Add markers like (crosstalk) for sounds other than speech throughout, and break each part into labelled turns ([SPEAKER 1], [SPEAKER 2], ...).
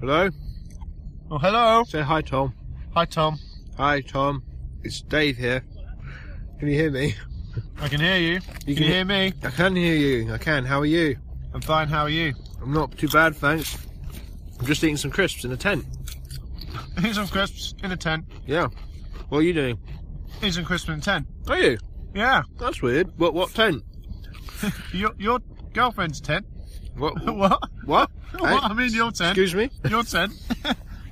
[SPEAKER 1] Hello?
[SPEAKER 2] Oh, hello.
[SPEAKER 1] Say hi, Tom.
[SPEAKER 2] Hi, Tom.
[SPEAKER 1] Hi, Tom. It's Dave here. Can you hear me?
[SPEAKER 2] I can hear you. You can, you hear me.
[SPEAKER 1] I can hear you. I can. How are you?
[SPEAKER 2] I'm fine. How are (laughs) you?
[SPEAKER 1] I'm not too bad, thanks. I'm just eating some crisps in a tent.
[SPEAKER 2] Here's some crisps in a tent.
[SPEAKER 1] Yeah. What are you doing?
[SPEAKER 2] Here's some crisps in a tent.
[SPEAKER 1] Are you?
[SPEAKER 2] Yeah.
[SPEAKER 1] That's weird. What what tent?
[SPEAKER 2] Your, your girlfriend's tent. (laughs)
[SPEAKER 1] What
[SPEAKER 2] What?
[SPEAKER 1] what?
[SPEAKER 2] What? I mean, your tent.
[SPEAKER 1] Excuse me?
[SPEAKER 2] (laughs) Your tent.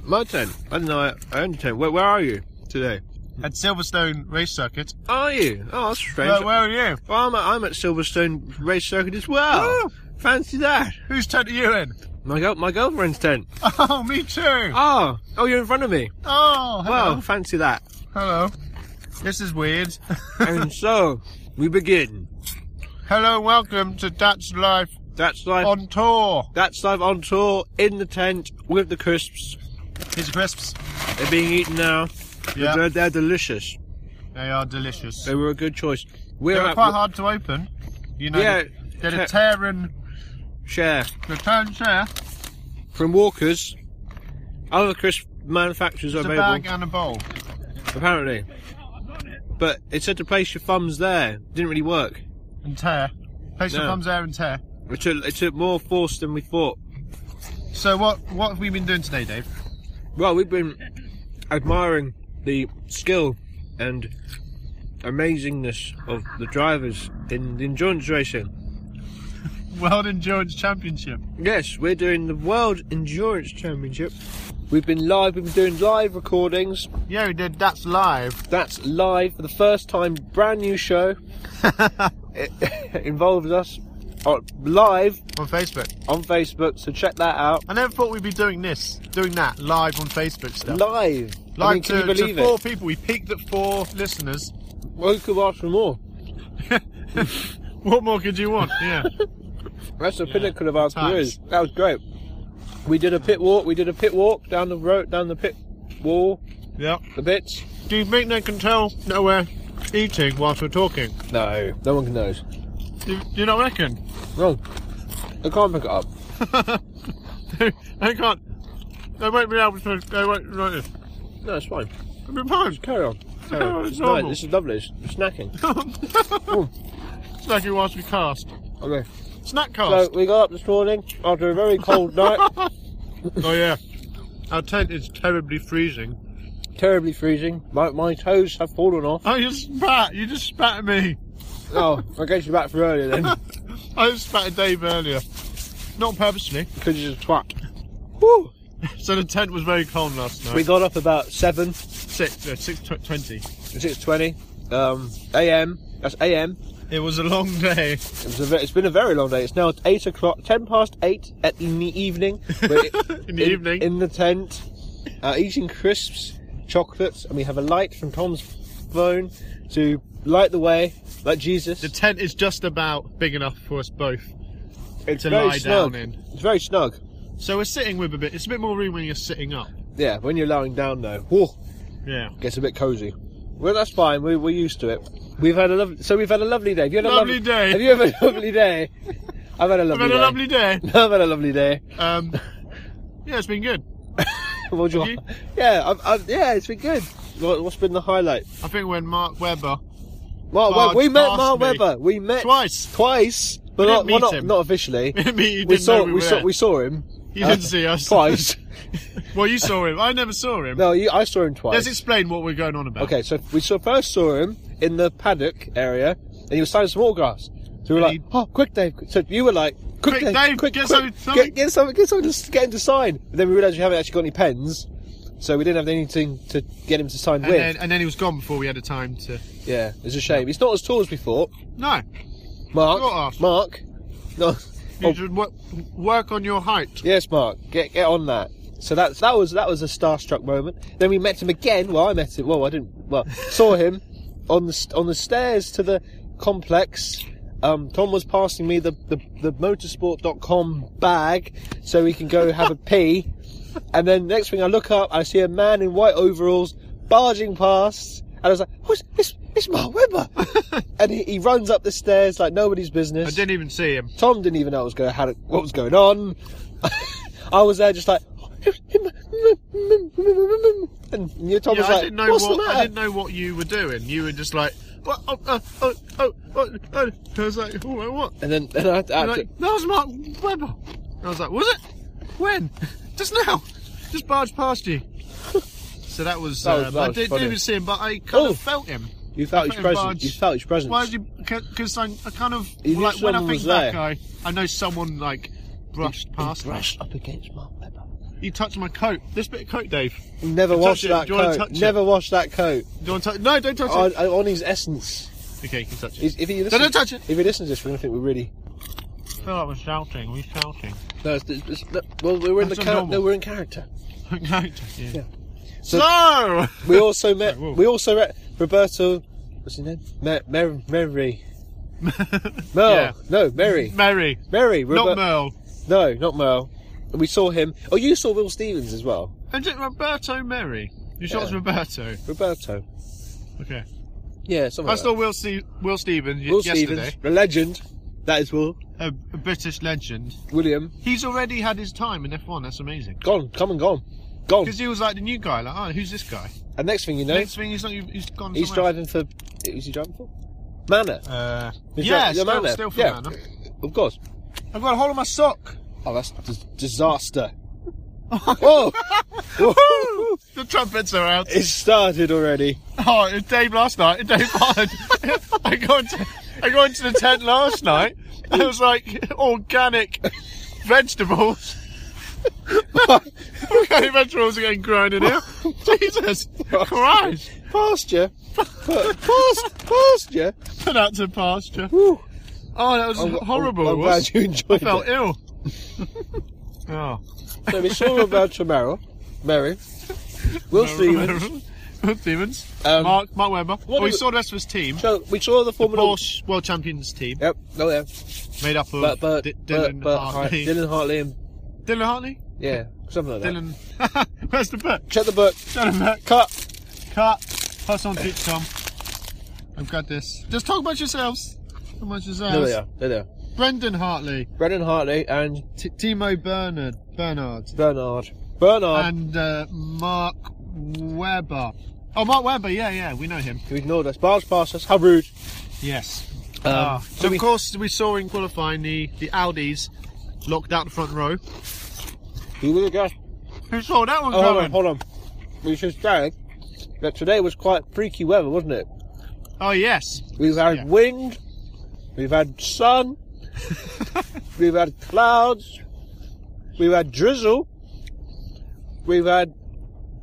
[SPEAKER 1] My tent. I didn't know I I owned a tent. Where, where are you today?
[SPEAKER 2] At Silverstone Race Circuit.
[SPEAKER 1] Are you? Oh, that's strange.
[SPEAKER 2] Where, where are you?
[SPEAKER 1] Well, I'm, at, I'm at Silverstone Race Circuit as well.
[SPEAKER 2] Woo!
[SPEAKER 1] Fancy that.
[SPEAKER 2] Whose tent are you in? (laughs)
[SPEAKER 1] My girl, my girlfriend's tent.
[SPEAKER 2] Oh, me too.
[SPEAKER 1] Oh, oh, you're in front of me.
[SPEAKER 2] Oh, hello.
[SPEAKER 1] Well, fancy that.
[SPEAKER 2] Hello. This is weird.
[SPEAKER 1] and so, we begin.
[SPEAKER 2] (laughs) hello, welcome to Dutch Life
[SPEAKER 1] That's live.
[SPEAKER 2] on tour.
[SPEAKER 1] that's live on tour in the tent with the crisps.
[SPEAKER 2] Here's the crisps.
[SPEAKER 1] They're being eaten now.
[SPEAKER 2] Yeah.
[SPEAKER 1] They're, they're delicious.
[SPEAKER 2] They are delicious.
[SPEAKER 1] They were a good choice.
[SPEAKER 2] They
[SPEAKER 1] We're
[SPEAKER 2] were
[SPEAKER 1] at
[SPEAKER 2] quite hard to open. You know,
[SPEAKER 1] Yeah,
[SPEAKER 2] they're the
[SPEAKER 1] te-
[SPEAKER 2] tearing,
[SPEAKER 1] share
[SPEAKER 2] the tearing chair.
[SPEAKER 1] from Walkers. Other crisp manufacturers
[SPEAKER 2] It's
[SPEAKER 1] are
[SPEAKER 2] a
[SPEAKER 1] available.
[SPEAKER 2] bag and a bowl.
[SPEAKER 1] apparently. But it said to place your thumbs there. Didn't really work.
[SPEAKER 2] And tear. Place your
[SPEAKER 1] No.
[SPEAKER 2] thumbs there and tear.
[SPEAKER 1] It took, it took more force than we thought.
[SPEAKER 2] So what what have we been doing today, Dave?
[SPEAKER 1] Well, we've been admiring the skill and amazingness of the drivers in the endurance racing.
[SPEAKER 2] World Endurance Championship.
[SPEAKER 1] Yes, we're doing the World Endurance Championship. We've been live, we've been doing live recordings.
[SPEAKER 2] Yeah, we did. That's live.
[SPEAKER 1] That's live for the first time, brand new show.
[SPEAKER 2] (laughs)
[SPEAKER 1] it (laughs) involves us uh, live
[SPEAKER 2] On Facebook.
[SPEAKER 1] on Facebook, so check that out.
[SPEAKER 2] I never thought we'd be doing this, doing that, live on Facebook stuff.
[SPEAKER 1] Live! I
[SPEAKER 2] live
[SPEAKER 1] mean, can
[SPEAKER 2] to,
[SPEAKER 1] you
[SPEAKER 2] to
[SPEAKER 1] believe
[SPEAKER 2] four
[SPEAKER 1] it?
[SPEAKER 2] people. We peaked at four listeners.
[SPEAKER 1] Who could ask for more?
[SPEAKER 2] What more could you want?
[SPEAKER 1] (laughs)
[SPEAKER 2] Yeah.
[SPEAKER 1] That's the pinnacle of our
[SPEAKER 2] times.
[SPEAKER 1] careers. That was great. We did a pit walk. We did a pit walk down the road, down the pit wall,
[SPEAKER 2] yeah.
[SPEAKER 1] the bits.
[SPEAKER 2] Do you think they can tell that we're eating whilst we're talking?
[SPEAKER 1] No, no one knows.
[SPEAKER 2] Do, do you not reckon? (laughs)
[SPEAKER 1] No, I can't pick it up.
[SPEAKER 2] they can't. They won't be able to. They won't. Right,
[SPEAKER 1] No, it's fine.
[SPEAKER 2] it'll be fine.
[SPEAKER 1] Carry on. Carry on.
[SPEAKER 2] Oh, it's
[SPEAKER 1] no,
[SPEAKER 2] normal.
[SPEAKER 1] this is lovely. It's it's snacking.
[SPEAKER 2] (laughs) Snacking whilst we cast.
[SPEAKER 1] okay.
[SPEAKER 2] Snack
[SPEAKER 1] So
[SPEAKER 2] cast.
[SPEAKER 1] we got up this morning after a very cold
[SPEAKER 2] (laughs)
[SPEAKER 1] night,
[SPEAKER 2] oh yeah. Our tent is terribly freezing.
[SPEAKER 1] terribly freezing. My, my toes have fallen off.
[SPEAKER 2] Oh, you spat. You just spat at me.
[SPEAKER 1] Oh, I guess you back for earlier then,
[SPEAKER 2] I just spat at Dave earlier. Not purposely.
[SPEAKER 1] because you're a twat. Whew.
[SPEAKER 2] So the tent was very cold last night.
[SPEAKER 1] We got up about seven.
[SPEAKER 2] six, no, six tw- twenty.
[SPEAKER 1] six twenty um, a.m. That's a.m.
[SPEAKER 2] It was a long day.
[SPEAKER 1] It was a ve- it's been a very long day. It's now eight o'clock, ten past eight at, in the
[SPEAKER 2] (laughs)
[SPEAKER 1] evening. We're i-
[SPEAKER 2] In the
[SPEAKER 1] in,
[SPEAKER 2] evening.
[SPEAKER 1] in the tent, uh, eating crisps, chocolates, and we have a light from Tom's phone to light the way, like Jesus.
[SPEAKER 2] the tent is just about big enough for us both.
[SPEAKER 1] it's
[SPEAKER 2] to
[SPEAKER 1] very
[SPEAKER 2] lie
[SPEAKER 1] snug.
[SPEAKER 2] down in.
[SPEAKER 1] It's very snug.
[SPEAKER 2] So we're sitting with a bit. It's a bit more room when you're sitting up.
[SPEAKER 1] Yeah, when you're lying down though, whew,
[SPEAKER 2] Yeah.
[SPEAKER 1] gets a bit cozy. Well, that's fine. We, we're used to it. We've had a lovely. So we've had a lovely day. Have you had a
[SPEAKER 2] Lovely
[SPEAKER 1] lovely
[SPEAKER 2] day.
[SPEAKER 1] Have you had a (laughs) lovely day? I've had a
[SPEAKER 2] I've
[SPEAKER 1] lovely
[SPEAKER 2] had
[SPEAKER 1] day.
[SPEAKER 2] a lovely day.
[SPEAKER 1] (laughs) I've had a lovely day. (laughs)
[SPEAKER 2] Um, yeah, it's been good.
[SPEAKER 1] What do you-
[SPEAKER 2] you?
[SPEAKER 1] Yeah, I've, I've, yeah, it's been good. What, what's been the highlight?
[SPEAKER 2] I think when Mark Webber
[SPEAKER 1] Mark,
[SPEAKER 2] Marge
[SPEAKER 1] Webber- we met
[SPEAKER 2] asked
[SPEAKER 1] Mark
[SPEAKER 2] Oh, me.
[SPEAKER 1] Webber. We met
[SPEAKER 2] twice. (laughs)
[SPEAKER 1] twice, but
[SPEAKER 2] We
[SPEAKER 1] not,
[SPEAKER 2] didn't
[SPEAKER 1] well,
[SPEAKER 2] meet
[SPEAKER 1] not,
[SPEAKER 2] him.
[SPEAKER 1] not officially.
[SPEAKER 2] Me, (laughs) you
[SPEAKER 1] we
[SPEAKER 2] didn't
[SPEAKER 1] saw
[SPEAKER 2] know we,
[SPEAKER 1] we
[SPEAKER 2] were
[SPEAKER 1] saw
[SPEAKER 2] there.
[SPEAKER 1] we saw him uh,
[SPEAKER 2] You didn't see us (laughs)
[SPEAKER 1] twice.
[SPEAKER 2] Well, you saw him. I never saw him.
[SPEAKER 1] no, you, I saw him twice.
[SPEAKER 2] Let's explain what we're going on about.
[SPEAKER 1] okay, so we saw, first saw him in the paddock area, and he was signing some autographs. So we were like,
[SPEAKER 2] And
[SPEAKER 1] "Oh, quick, Dave!" So you were like, "Quick,
[SPEAKER 2] Quick, Dave,
[SPEAKER 1] quick,
[SPEAKER 2] get
[SPEAKER 1] quick,
[SPEAKER 2] something- something."
[SPEAKER 1] get, get something, get something to s- get him to sign." But then we realised we haven't actually got any pens, so we didn't have anything to get him to sign
[SPEAKER 2] And
[SPEAKER 1] with.
[SPEAKER 2] then, and then he was gone before we had a time to.
[SPEAKER 1] Yeah, it's a shame. He's not as tall as we thought.
[SPEAKER 2] No.
[SPEAKER 1] Mark,
[SPEAKER 2] Not us.
[SPEAKER 1] Mark, no,
[SPEAKER 2] You
[SPEAKER 1] Oh.
[SPEAKER 2] should work, work on your height.
[SPEAKER 1] Yes, Mark, get get on that. So that's that was that was a starstruck moment. Then we met him again. Well, I met him. Well, I didn't. Well, saw him on the st- on the stairs to the complex. Um, Tom was passing me the, the the motorsport.com bag so we can go have a pee. And then next thing I look up, I see a man in white overalls barging past, and I was like, "What's it's, it's Mark Webber?" and he, he runs up the stairs like nobody's business.
[SPEAKER 2] I didn't even see him.
[SPEAKER 1] Tom didn't even know what was going, how, what was going on. (laughs) I was there just like, and your Tom
[SPEAKER 2] Yeah,
[SPEAKER 1] was like,
[SPEAKER 2] I didn't know
[SPEAKER 1] what's
[SPEAKER 2] what
[SPEAKER 1] the
[SPEAKER 2] I
[SPEAKER 1] matter?
[SPEAKER 2] didn't know what you were doing. You were just like, what? Oh, oh, oh, oh, oh, oh. I was like, oh, what? what?
[SPEAKER 1] And then and I, had to- I
[SPEAKER 2] You're
[SPEAKER 1] had
[SPEAKER 2] like, that was Mark Webber. I was like, was it? When? (laughs) Just now? Just barged
[SPEAKER 1] (laughs)
[SPEAKER 2] past you. So that was.
[SPEAKER 1] That
[SPEAKER 2] uh,
[SPEAKER 1] was- that
[SPEAKER 2] I
[SPEAKER 1] was
[SPEAKER 2] didn't
[SPEAKER 1] funny.
[SPEAKER 2] even see him, but I kind
[SPEAKER 1] Oh.
[SPEAKER 2] of felt him.
[SPEAKER 1] to- you felt his
[SPEAKER 2] fucking
[SPEAKER 1] presence.
[SPEAKER 2] barge.
[SPEAKER 1] You felt his presence.
[SPEAKER 2] Why did you? Because I, I kind of
[SPEAKER 1] You knew
[SPEAKER 2] like when I
[SPEAKER 1] someone
[SPEAKER 2] think
[SPEAKER 1] was
[SPEAKER 2] back,
[SPEAKER 1] there.
[SPEAKER 2] I I know someone like brushed past me.
[SPEAKER 1] brushed up against Mark Webber.
[SPEAKER 2] You touched my coat. This bit of coat, Dave.
[SPEAKER 1] Never
[SPEAKER 2] Touch
[SPEAKER 1] wash
[SPEAKER 2] it.
[SPEAKER 1] that
[SPEAKER 2] Do you wanna
[SPEAKER 1] coat.
[SPEAKER 2] touch it?
[SPEAKER 1] Never wash that coat.
[SPEAKER 2] Do you want to touch? No, don't touch
[SPEAKER 1] On,
[SPEAKER 2] it.
[SPEAKER 1] on his essence.
[SPEAKER 2] Okay, you can touch it.
[SPEAKER 1] He's- If Oh, he listens,
[SPEAKER 2] No, don't touch it.
[SPEAKER 1] If he listens to this, we're going to think we're really.
[SPEAKER 2] I feel like we're shouting. We're shouting.
[SPEAKER 1] No, it's, it's, it's, no, well, we're in
[SPEAKER 2] That's
[SPEAKER 1] the char-
[SPEAKER 2] abnormal.
[SPEAKER 1] no, we're in character.
[SPEAKER 2] (laughs) no, don't you.
[SPEAKER 1] Yeah.
[SPEAKER 2] So,
[SPEAKER 1] We also met.
[SPEAKER 2] Right, whoa.
[SPEAKER 1] we also met Roberto. What's his name? Mer- Mer- Merry. Merle.
[SPEAKER 2] Yeah.
[SPEAKER 1] No, Merry.
[SPEAKER 2] (laughs) Mary,
[SPEAKER 1] Merry. Robert-
[SPEAKER 2] not Merle.
[SPEAKER 1] No, not Merle. And we saw him. Oh, you saw Will Stevens as well.
[SPEAKER 2] And it Roberto Mary. You sure it's
[SPEAKER 1] Yeah.
[SPEAKER 2] Roberto?
[SPEAKER 1] Roberto.
[SPEAKER 2] Okay.
[SPEAKER 1] Yeah, something
[SPEAKER 2] I
[SPEAKER 1] like
[SPEAKER 2] saw Will, Ste- Will Stevens
[SPEAKER 1] that.
[SPEAKER 2] y-
[SPEAKER 1] Will
[SPEAKER 2] yesterday.
[SPEAKER 1] Stevens, the legend. That is Will.
[SPEAKER 2] A, a British legend.
[SPEAKER 1] William.
[SPEAKER 2] He's already had his time in F1. That's amazing.
[SPEAKER 1] Gone. Come and gone. Gone.
[SPEAKER 2] Because he was like the new guy. Like, oh, who's this guy?
[SPEAKER 1] And next thing you know,
[SPEAKER 2] Next thing he's not. He's gone.
[SPEAKER 1] he's
[SPEAKER 2] somewhere
[SPEAKER 1] driving for. Who's he driving for? Manor.
[SPEAKER 2] else. Uh,
[SPEAKER 1] He's
[SPEAKER 2] yeah,
[SPEAKER 1] dri-
[SPEAKER 2] still,
[SPEAKER 1] Manor.
[SPEAKER 2] still for
[SPEAKER 1] yeah.
[SPEAKER 2] Manor.
[SPEAKER 1] Of course.
[SPEAKER 2] I've got a hole in my sock.
[SPEAKER 1] Oh, that's dis-
[SPEAKER 2] (laughs)
[SPEAKER 1] disaster. Whoa! Whoa.
[SPEAKER 2] The trumpets are out. (laughs)
[SPEAKER 1] It started already.
[SPEAKER 2] Oh, it's Dave last night. It's Dave Bard. (laughs) I got into, I got into the tent last night. And it was like organic
[SPEAKER 1] (laughs)
[SPEAKER 2] vegetables. organic vegetables are getting grown in here. Jesus Christ! (laughs)
[SPEAKER 1] pasture. Past, pasture.
[SPEAKER 2] Put out to pasture.
[SPEAKER 1] Woo.
[SPEAKER 2] Oh, that was
[SPEAKER 1] I'm-
[SPEAKER 2] horrible.
[SPEAKER 1] I'm, I'm
[SPEAKER 2] it was.
[SPEAKER 1] glad you
[SPEAKER 2] I
[SPEAKER 1] enjoyed
[SPEAKER 2] felt
[SPEAKER 1] it.
[SPEAKER 2] ill. (laughs) oh,
[SPEAKER 1] So we saw about Tomorrow, Mary, Will Stevens.
[SPEAKER 2] Will (laughs) Stevens.
[SPEAKER 1] Um,
[SPEAKER 2] Mark, Mark Webber. Well, we
[SPEAKER 1] do-
[SPEAKER 2] saw the rest of his team.
[SPEAKER 1] So we saw the Formula
[SPEAKER 2] Porsche World Champions team
[SPEAKER 1] Yep. Oh yeah.
[SPEAKER 2] made up of
[SPEAKER 1] But but
[SPEAKER 2] D-
[SPEAKER 1] but,
[SPEAKER 2] Dylan
[SPEAKER 1] but Hart-
[SPEAKER 2] Hartley.
[SPEAKER 1] Dylan Hartley and
[SPEAKER 2] Dylan Hartley?
[SPEAKER 1] yeah, something like that.
[SPEAKER 2] Dylan. (laughs) Where's the book?
[SPEAKER 1] Check the book.
[SPEAKER 2] Dylan Beck.
[SPEAKER 1] Cut.
[SPEAKER 2] Cut. Pass on to Tom. I've got this. Just talk about yourselves. Talk about yourselves.
[SPEAKER 1] There they are. There they are.
[SPEAKER 2] Brendan Hartley.
[SPEAKER 1] Brendan Hartley and
[SPEAKER 2] T- Timo Bernard. Bernard.
[SPEAKER 1] Bernard. Bernard.
[SPEAKER 2] And uh, Mark Webber. Oh, Mark Webber. Yeah, yeah. We know him.
[SPEAKER 1] who ignored us. Barge past us. How rude.
[SPEAKER 2] Yes.
[SPEAKER 1] Um,
[SPEAKER 2] Ah,
[SPEAKER 1] so
[SPEAKER 2] so, of
[SPEAKER 1] we-
[SPEAKER 2] course, we saw in qualifying the, the Audis locked out the front row.
[SPEAKER 1] You little guy.
[SPEAKER 2] Who saw that one
[SPEAKER 1] Oh, hold on,
[SPEAKER 2] coming?
[SPEAKER 1] hold on. We should say that today was quite freaky weather, wasn't it?
[SPEAKER 2] Oh, yes.
[SPEAKER 1] We've had
[SPEAKER 2] Yeah.
[SPEAKER 1] wind, we've had
[SPEAKER 2] (laughs)
[SPEAKER 1] sun, we've had clouds, we've had drizzle, we've had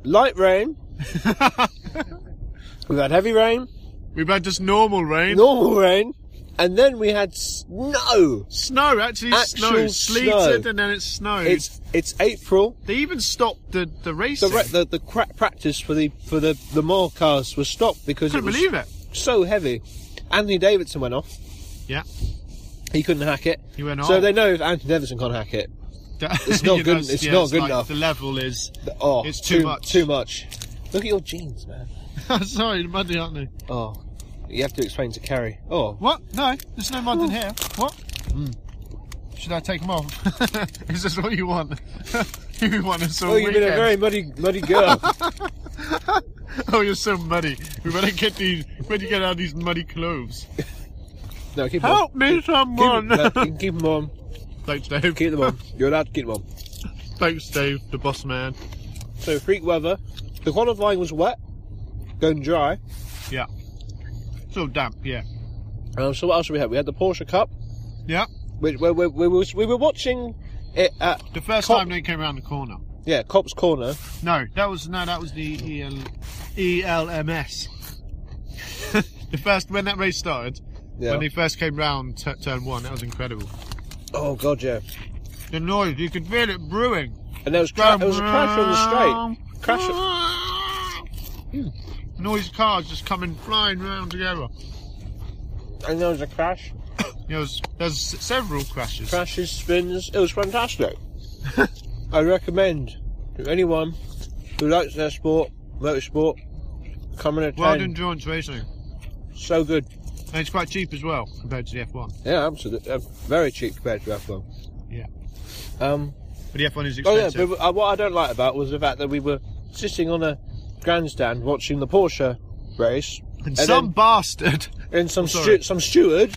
[SPEAKER 1] light
[SPEAKER 2] (laughs)
[SPEAKER 1] rain, we've had heavy rain,
[SPEAKER 2] We've had just normal rain.
[SPEAKER 1] normal rain, and then we had snow.
[SPEAKER 2] Snow, actually, snow.
[SPEAKER 1] Actual
[SPEAKER 2] Sleeted
[SPEAKER 1] snow.
[SPEAKER 2] and then it snowed.
[SPEAKER 1] It's it's April.
[SPEAKER 2] They even stopped the the
[SPEAKER 1] The
[SPEAKER 2] racing.
[SPEAKER 1] re- the, the crack practice for the for the the more cars was stopped because
[SPEAKER 2] Couldn't
[SPEAKER 1] it was
[SPEAKER 2] believe it.
[SPEAKER 1] so heavy. Anthony Davidson went off.
[SPEAKER 2] Yeah.
[SPEAKER 1] He couldn't hack it.
[SPEAKER 2] He went
[SPEAKER 1] So
[SPEAKER 2] off.
[SPEAKER 1] they know if Anthony Davidson can't hack it,
[SPEAKER 2] It's (laughs)
[SPEAKER 1] not good- it's not good enough.
[SPEAKER 2] The level is. (laughs)
[SPEAKER 1] th- oh,
[SPEAKER 2] It's too much.
[SPEAKER 1] Too much. Look at your jeans, man.
[SPEAKER 2] Sorry, they're muddy, aren't they?
[SPEAKER 1] Oh, you have to explain to Carrie. Oh,
[SPEAKER 2] What? No, there's no mud in here. What? Hmm. Should I take them off? (laughs) is this what you want? (laughs) you want us all
[SPEAKER 1] oh, you've been a
[SPEAKER 2] weekend?
[SPEAKER 1] very muddy, muddy girl.
[SPEAKER 2] (laughs) Oh, you're so muddy. We better get these. We better get out of these muddy clothes.
[SPEAKER 1] no, keep them on.
[SPEAKER 2] Help me,
[SPEAKER 1] Keep, them-
[SPEAKER 2] someone.
[SPEAKER 1] no, you can keep them on.
[SPEAKER 2] Thanks, Dave.
[SPEAKER 1] Keep them on. You're allowed to keep them on.
[SPEAKER 2] (laughs) Thanks, Dave, the boss man.
[SPEAKER 1] So freak weather. The qualifying was wet, going dry.
[SPEAKER 2] Yeah. So damp. Yeah.
[SPEAKER 1] Um, so what else did we have? We had the Porsche Cup.
[SPEAKER 2] Yeah.
[SPEAKER 1] We, we, we, we, was, we were watching it at
[SPEAKER 2] The first
[SPEAKER 1] Cop-
[SPEAKER 2] time they came around the corner.
[SPEAKER 1] yeah Cops Corner.
[SPEAKER 2] No, that was no, that was the E EL, ELMS. (laughs) the first when that race started,
[SPEAKER 1] Yeah.
[SPEAKER 2] when they first came round t- turn one, that was incredible.
[SPEAKER 1] Oh god, yeah.
[SPEAKER 2] The noise, you could feel it brewing.
[SPEAKER 1] And there was cra- there was a crash on the straight. Crash.
[SPEAKER 2] Crash. Hmm. Noise cars just coming flying round together.
[SPEAKER 1] And there was a crash.
[SPEAKER 2] There was, there's several crashes.
[SPEAKER 1] Crashes, spins. It was
[SPEAKER 2] (laughs)
[SPEAKER 1] fantastic. I recommend to anyone who likes their sport, motorsport, come and attend.
[SPEAKER 2] World endurance racing.
[SPEAKER 1] So good.
[SPEAKER 2] And it's quite cheap as well compared to the F1.
[SPEAKER 1] Yeah, absolutely. Uh, very cheap compared to F1.
[SPEAKER 2] Yeah.
[SPEAKER 1] Um,
[SPEAKER 2] But the F1 is
[SPEAKER 1] oh yeah,
[SPEAKER 2] expensive.
[SPEAKER 1] but uh, what I don't like about was the fact that we were sitting on a grandstand watching the Porsche race,
[SPEAKER 2] and, some bastard,
[SPEAKER 1] then, and some
[SPEAKER 2] Oh, sorry.
[SPEAKER 1] stu- some steward,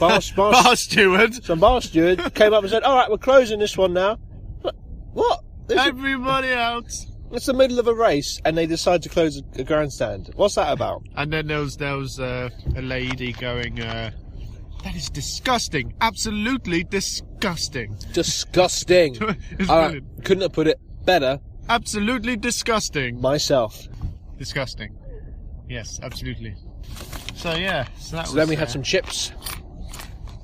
[SPEAKER 1] bar, bar,
[SPEAKER 2] (laughs) bar steward,
[SPEAKER 1] some bar
[SPEAKER 2] (laughs)
[SPEAKER 1] steward came up and said, "All right, we're closing this one now." But What? This is-
[SPEAKER 2] everybody else.
[SPEAKER 1] it's the middle of a race, and they decide to close a- a grandstand. What's that about?
[SPEAKER 2] And then there was there was uh, a lady going, uh, "That is disgusting, absolutely disgusting,
[SPEAKER 1] Disgusting.
[SPEAKER 2] (laughs) It's
[SPEAKER 1] All right,
[SPEAKER 2] brilliant.
[SPEAKER 1] couldn't have put it better
[SPEAKER 2] absolutely disgusting,
[SPEAKER 1] myself.
[SPEAKER 2] disgusting." Yes, absolutely. So yeah, so that
[SPEAKER 1] So
[SPEAKER 2] was.
[SPEAKER 1] then we
[SPEAKER 2] uh,
[SPEAKER 1] had some chips.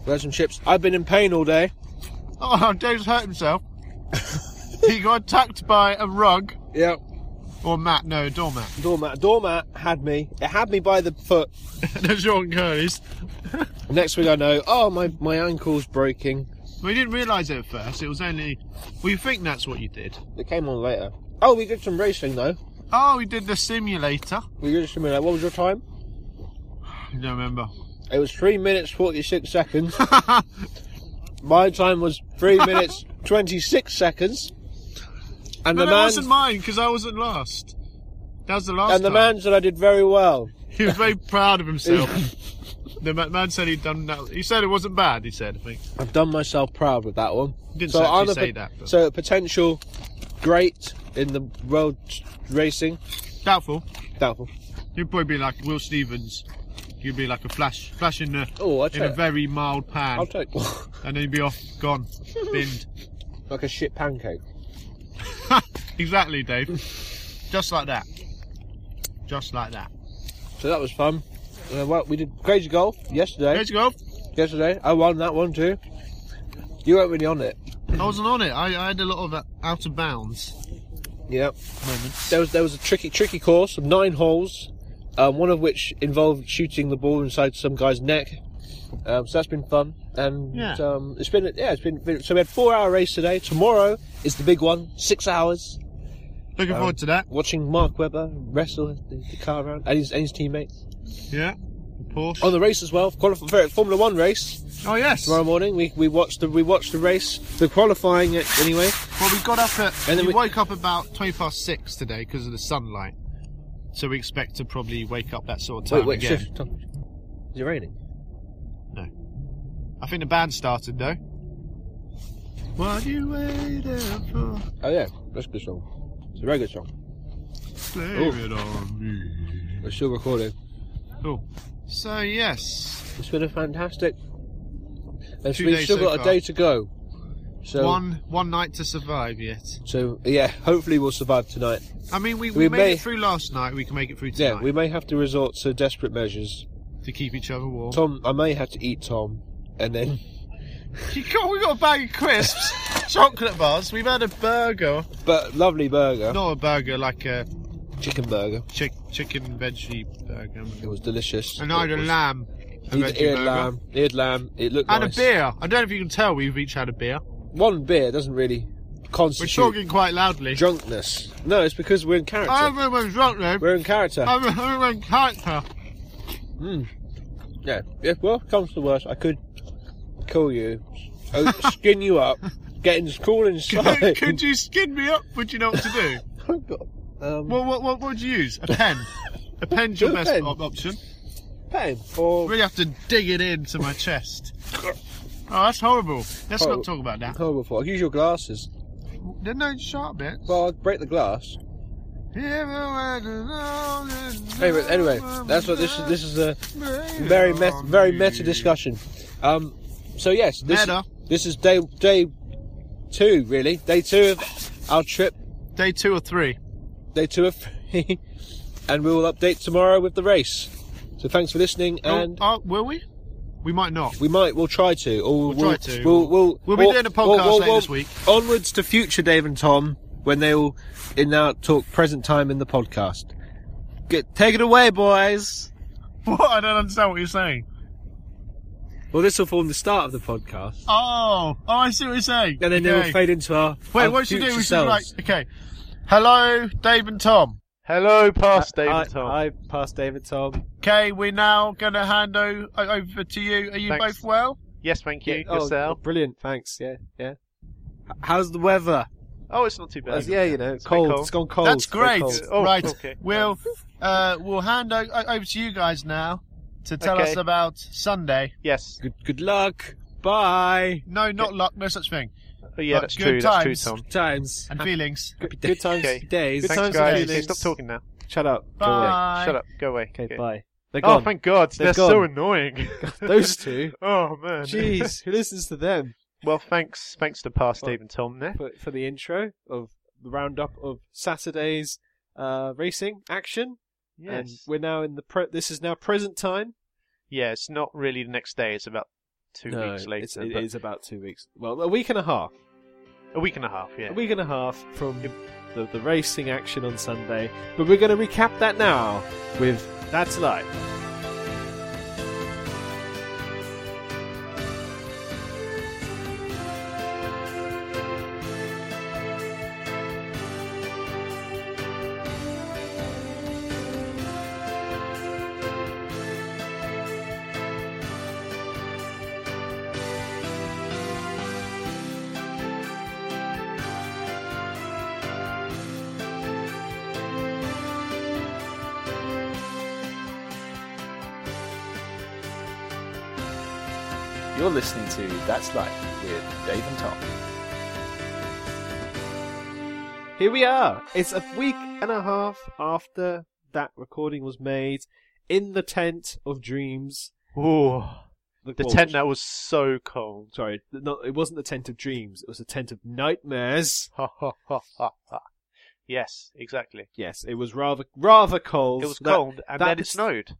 [SPEAKER 1] We had some chips. I've been in pain all day.
[SPEAKER 2] (laughs) Oh, Dave's
[SPEAKER 1] (laughs)
[SPEAKER 2] hurt himself. he got attacked by a rug
[SPEAKER 1] Yeah.
[SPEAKER 2] or mat, no a doormat. (laughs)
[SPEAKER 1] Doormat. Doormat had me. It had me by the foot.
[SPEAKER 2] That's Sean Curley's.
[SPEAKER 1] Next thing I know, oh my my ankle's breaking.
[SPEAKER 2] We didn't realise it at first. It was only we think that's what you did.
[SPEAKER 1] It came on later. Oh, we did some racing though.
[SPEAKER 2] Oh, we did the simulator.
[SPEAKER 1] We did some. uh, What was your time?
[SPEAKER 2] I don't remember. (laughs)
[SPEAKER 1] It was three minutes forty six seconds. my time was three minutes twenty six seconds. And
[SPEAKER 2] No,
[SPEAKER 1] the
[SPEAKER 2] that
[SPEAKER 1] man
[SPEAKER 2] wasn't mine because I wasn't last. That was the last.
[SPEAKER 1] and the
[SPEAKER 2] time.
[SPEAKER 1] man said I did very well.
[SPEAKER 2] he was very proud
[SPEAKER 1] (laughs)
[SPEAKER 2] of himself. the ma- man said he'd done that. He said it wasn't bad. He said, I think.
[SPEAKER 1] I've done myself proud with that one.
[SPEAKER 2] Didn't actually
[SPEAKER 1] a
[SPEAKER 2] say
[SPEAKER 1] pot-
[SPEAKER 2] that, but-
[SPEAKER 1] So a potential great in the world racing.
[SPEAKER 2] doubtful.
[SPEAKER 1] Doubtful.
[SPEAKER 2] You'd probably be like Will Stevens. You'd be like a flash, flash in the
[SPEAKER 1] Oh, I
[SPEAKER 2] in a
[SPEAKER 1] take.
[SPEAKER 2] very mild pan,
[SPEAKER 1] I'll take
[SPEAKER 2] and then you'd be off, gone, binned.
[SPEAKER 1] (laughs)
[SPEAKER 2] (laughs)
[SPEAKER 1] like a shit pancake.
[SPEAKER 2] exactly, Dave. Just like that. Just like that.
[SPEAKER 1] So that was fun. Uh, well, we did crazy golf yesterday.
[SPEAKER 2] Let's go.
[SPEAKER 1] Yesterday, I won that one too. You weren't really on it.
[SPEAKER 2] I wasn't on it. I, I had a lot of uh, out of bounds
[SPEAKER 1] Yeah.
[SPEAKER 2] moments.
[SPEAKER 1] There was there was a tricky tricky course of nine holes, um, one of which involved shooting the ball inside some guy's neck. Um, so that's been fun, and
[SPEAKER 2] Yeah.
[SPEAKER 1] um, it's been yeah it's been, been so we had four hour race today. Tomorrow is the big one, six hours.
[SPEAKER 2] Looking
[SPEAKER 1] Oh.
[SPEAKER 2] forward to that.
[SPEAKER 1] Watching Mark Webber wrestle the, the car around and his, and his teammates
[SPEAKER 2] Yeah. Porsche.
[SPEAKER 1] on the race as well. Qualif- Formula One race
[SPEAKER 2] Oh yes.
[SPEAKER 1] tomorrow morning. We we watched the we watched the race, the qualifying it anyway.
[SPEAKER 2] Well, we got up at.
[SPEAKER 1] And
[SPEAKER 2] And
[SPEAKER 1] then
[SPEAKER 2] we,
[SPEAKER 1] we-
[SPEAKER 2] woke up about twenty past six today because of the sunlight. So we expect to probably wake up that sort of time
[SPEAKER 1] wait wait
[SPEAKER 2] again.
[SPEAKER 1] shift. Tom. Is it raining?
[SPEAKER 2] I think the band started though. What are you waiting for?
[SPEAKER 1] Oh yeah, that's a good song. It's a very good song.
[SPEAKER 2] Blame
[SPEAKER 1] Oh.
[SPEAKER 2] it on me.
[SPEAKER 1] We're still recording.
[SPEAKER 2] Cool. So yes,
[SPEAKER 1] It's been a fantastic. And
[SPEAKER 2] Two
[SPEAKER 1] we've
[SPEAKER 2] days
[SPEAKER 1] still
[SPEAKER 2] so
[SPEAKER 1] got a
[SPEAKER 2] far.
[SPEAKER 1] day to go. So,
[SPEAKER 2] one one night to survive yet.
[SPEAKER 1] so yeah, hopefully we'll survive tonight.
[SPEAKER 2] I mean, we, we,
[SPEAKER 1] We
[SPEAKER 2] made
[SPEAKER 1] may-
[SPEAKER 2] it through last night. We can make it through
[SPEAKER 1] Yeah,
[SPEAKER 2] tonight
[SPEAKER 1] we may have to resort to desperate measures.
[SPEAKER 2] to keep each other warm. (laughs)
[SPEAKER 1] Tom, I may have to eat Tom, and then
[SPEAKER 2] You got, we got a bag of crisps, (laughs) chocolate bars. We've had a burger,
[SPEAKER 1] but lovely burger,
[SPEAKER 2] not a burger like a
[SPEAKER 1] chicken burger.
[SPEAKER 2] chick, chicken veggie burger.
[SPEAKER 1] It was delicious.
[SPEAKER 2] And I had
[SPEAKER 1] It
[SPEAKER 2] a
[SPEAKER 1] was-
[SPEAKER 2] lamb. A
[SPEAKER 1] Eared,
[SPEAKER 2] veggie
[SPEAKER 1] eared
[SPEAKER 2] burger.
[SPEAKER 1] lamb, eared lamb. It looked
[SPEAKER 2] And
[SPEAKER 1] nice.
[SPEAKER 2] a beer. I don't know if you can tell we've each had a beer.
[SPEAKER 1] One beer doesn't really
[SPEAKER 2] We're
[SPEAKER 1] constitute
[SPEAKER 2] talking quite loudly.
[SPEAKER 1] drunkenness. No, it's because we're in character.
[SPEAKER 2] I haven't been drunk though.
[SPEAKER 1] We're in character.
[SPEAKER 2] I haven't
[SPEAKER 1] (laughs)
[SPEAKER 2] been character.
[SPEAKER 1] Yeah. If worst comes to worst, I could kill you,
[SPEAKER 2] (laughs)
[SPEAKER 1] o- skin you up, get in school inside.
[SPEAKER 2] Could, could you skin me up? Would you know what to
[SPEAKER 1] (laughs)
[SPEAKER 2] do?
[SPEAKER 1] um,
[SPEAKER 2] Well, what, what, what would you use? A pen. A pen's your
[SPEAKER 1] Your
[SPEAKER 2] best
[SPEAKER 1] pen.
[SPEAKER 2] op- option.
[SPEAKER 1] pain or
[SPEAKER 2] Really have to dig it into my chest. Oh, that's horrible. Let's
[SPEAKER 1] Oh.
[SPEAKER 2] not talk about that.
[SPEAKER 1] horrible for. Use your glasses.
[SPEAKER 2] There's no sharp bits.
[SPEAKER 1] Well, I'll break the glass. Anyway,
[SPEAKER 2] Anyway,
[SPEAKER 1] anyway, that's what this is. This is a very met, very meta discussion. Um, so yes, this
[SPEAKER 2] Meta.
[SPEAKER 1] this is day day two really. Day two of our trip.
[SPEAKER 2] Day two or three.
[SPEAKER 1] Day two of (laughs) three, and we will update tomorrow with the race. So thanks for listening
[SPEAKER 2] Oh,
[SPEAKER 1] and.
[SPEAKER 2] oh, will we?
[SPEAKER 3] We
[SPEAKER 2] (laughs)
[SPEAKER 3] might not.
[SPEAKER 1] We might. We'll try to. Or we'll,
[SPEAKER 3] try to.
[SPEAKER 1] We'll, we'll,
[SPEAKER 3] We'll be doing a podcast later this week.
[SPEAKER 1] Onwards to future Dave and Tom when they will in now talk present time in the podcast. Get, take it away, boys.
[SPEAKER 3] What? I don't understand what you're saying.
[SPEAKER 1] Well, this will form the start of the podcast,
[SPEAKER 3] Oh, oh, I see what you're saying.
[SPEAKER 1] and then they
[SPEAKER 3] okay.
[SPEAKER 1] will fade into our
[SPEAKER 3] Wait,
[SPEAKER 1] our
[SPEAKER 3] what should we do?
[SPEAKER 1] future
[SPEAKER 3] We should be like,
[SPEAKER 1] selves.
[SPEAKER 3] okay. Hello, Dave and Tom.
[SPEAKER 2] Hello, past David
[SPEAKER 1] I,
[SPEAKER 2] Tom.
[SPEAKER 1] I passed David Tom.
[SPEAKER 3] Okay, we're now gonna hand o- over to you. Are you
[SPEAKER 2] Thanks.
[SPEAKER 3] both well?
[SPEAKER 2] yes, thank you.
[SPEAKER 1] Oh,
[SPEAKER 2] Yourself.
[SPEAKER 1] brilliant. Thanks. Yeah, yeah. H- How's the weather?
[SPEAKER 2] Oh, it's not too bad.
[SPEAKER 1] yeah, you know,
[SPEAKER 2] It's a bit
[SPEAKER 1] cold.
[SPEAKER 2] cold.
[SPEAKER 1] It's gone cold.
[SPEAKER 3] That's
[SPEAKER 1] It's very
[SPEAKER 3] great.
[SPEAKER 1] cold.
[SPEAKER 2] Oh,
[SPEAKER 3] right,
[SPEAKER 2] okay.
[SPEAKER 3] we'll uh, we'll hand o- o- over to you guys now to tell
[SPEAKER 2] Okay.
[SPEAKER 3] us about Sunday.
[SPEAKER 2] Yes.
[SPEAKER 1] Good, good luck. Bye.
[SPEAKER 3] No, not luck. No such thing.
[SPEAKER 2] Oh, yeah,
[SPEAKER 3] Right,
[SPEAKER 2] that's
[SPEAKER 3] good
[SPEAKER 2] true.
[SPEAKER 3] times.
[SPEAKER 2] That's true, Tom.
[SPEAKER 1] Times.
[SPEAKER 3] And feelings.
[SPEAKER 1] Good, good times.
[SPEAKER 2] Okay.
[SPEAKER 1] Days.
[SPEAKER 2] Thanks,
[SPEAKER 1] times
[SPEAKER 2] guys.
[SPEAKER 1] and
[SPEAKER 2] Okay,
[SPEAKER 1] days.
[SPEAKER 2] stop talking now.
[SPEAKER 1] Shut up. Go away.
[SPEAKER 3] Bye.
[SPEAKER 2] Shut up. Go away.
[SPEAKER 1] Okay, bye. They're
[SPEAKER 2] Oh,
[SPEAKER 1] gone.
[SPEAKER 2] thank God.
[SPEAKER 1] They're
[SPEAKER 2] They're, so
[SPEAKER 1] gone.
[SPEAKER 2] annoying.
[SPEAKER 1] (laughs) Those two.
[SPEAKER 2] (laughs) oh man.
[SPEAKER 1] Jeez, who listens to them?
[SPEAKER 2] Well, thanks, thanks to past
[SPEAKER 1] Well, um,
[SPEAKER 2] Dave and Tom there.
[SPEAKER 1] For, for the intro of the roundup of Saturday's uh, racing action. And
[SPEAKER 2] Yes.
[SPEAKER 1] we're now in the pre- this is now present time.
[SPEAKER 2] Yeah, it's not really the next day. It's about two weeks later.
[SPEAKER 1] it's, it
[SPEAKER 2] but
[SPEAKER 1] is about two weeks. Well, a week and a half.
[SPEAKER 2] A week and a half. Yeah.
[SPEAKER 1] A week and a half from the, the racing action on Sunday. But we're going to recap that now with That's Life.
[SPEAKER 4] You're listening to That's Life with Dave and Tom.
[SPEAKER 1] Here we are. It's a week and a half after that recording was made in the tent of dreams.
[SPEAKER 2] Ooh, the
[SPEAKER 1] well,
[SPEAKER 2] tent that was so cold. (laughs)
[SPEAKER 1] Sorry, not, it wasn't the tent of dreams. It was the tent of nightmares.
[SPEAKER 2] Ha ha ha ha ha. Yes, exactly.
[SPEAKER 1] Yes, it was rather rather cold.
[SPEAKER 2] It was
[SPEAKER 1] That-
[SPEAKER 2] cold, and
[SPEAKER 1] that
[SPEAKER 2] then it
[SPEAKER 1] is-
[SPEAKER 2] snowed.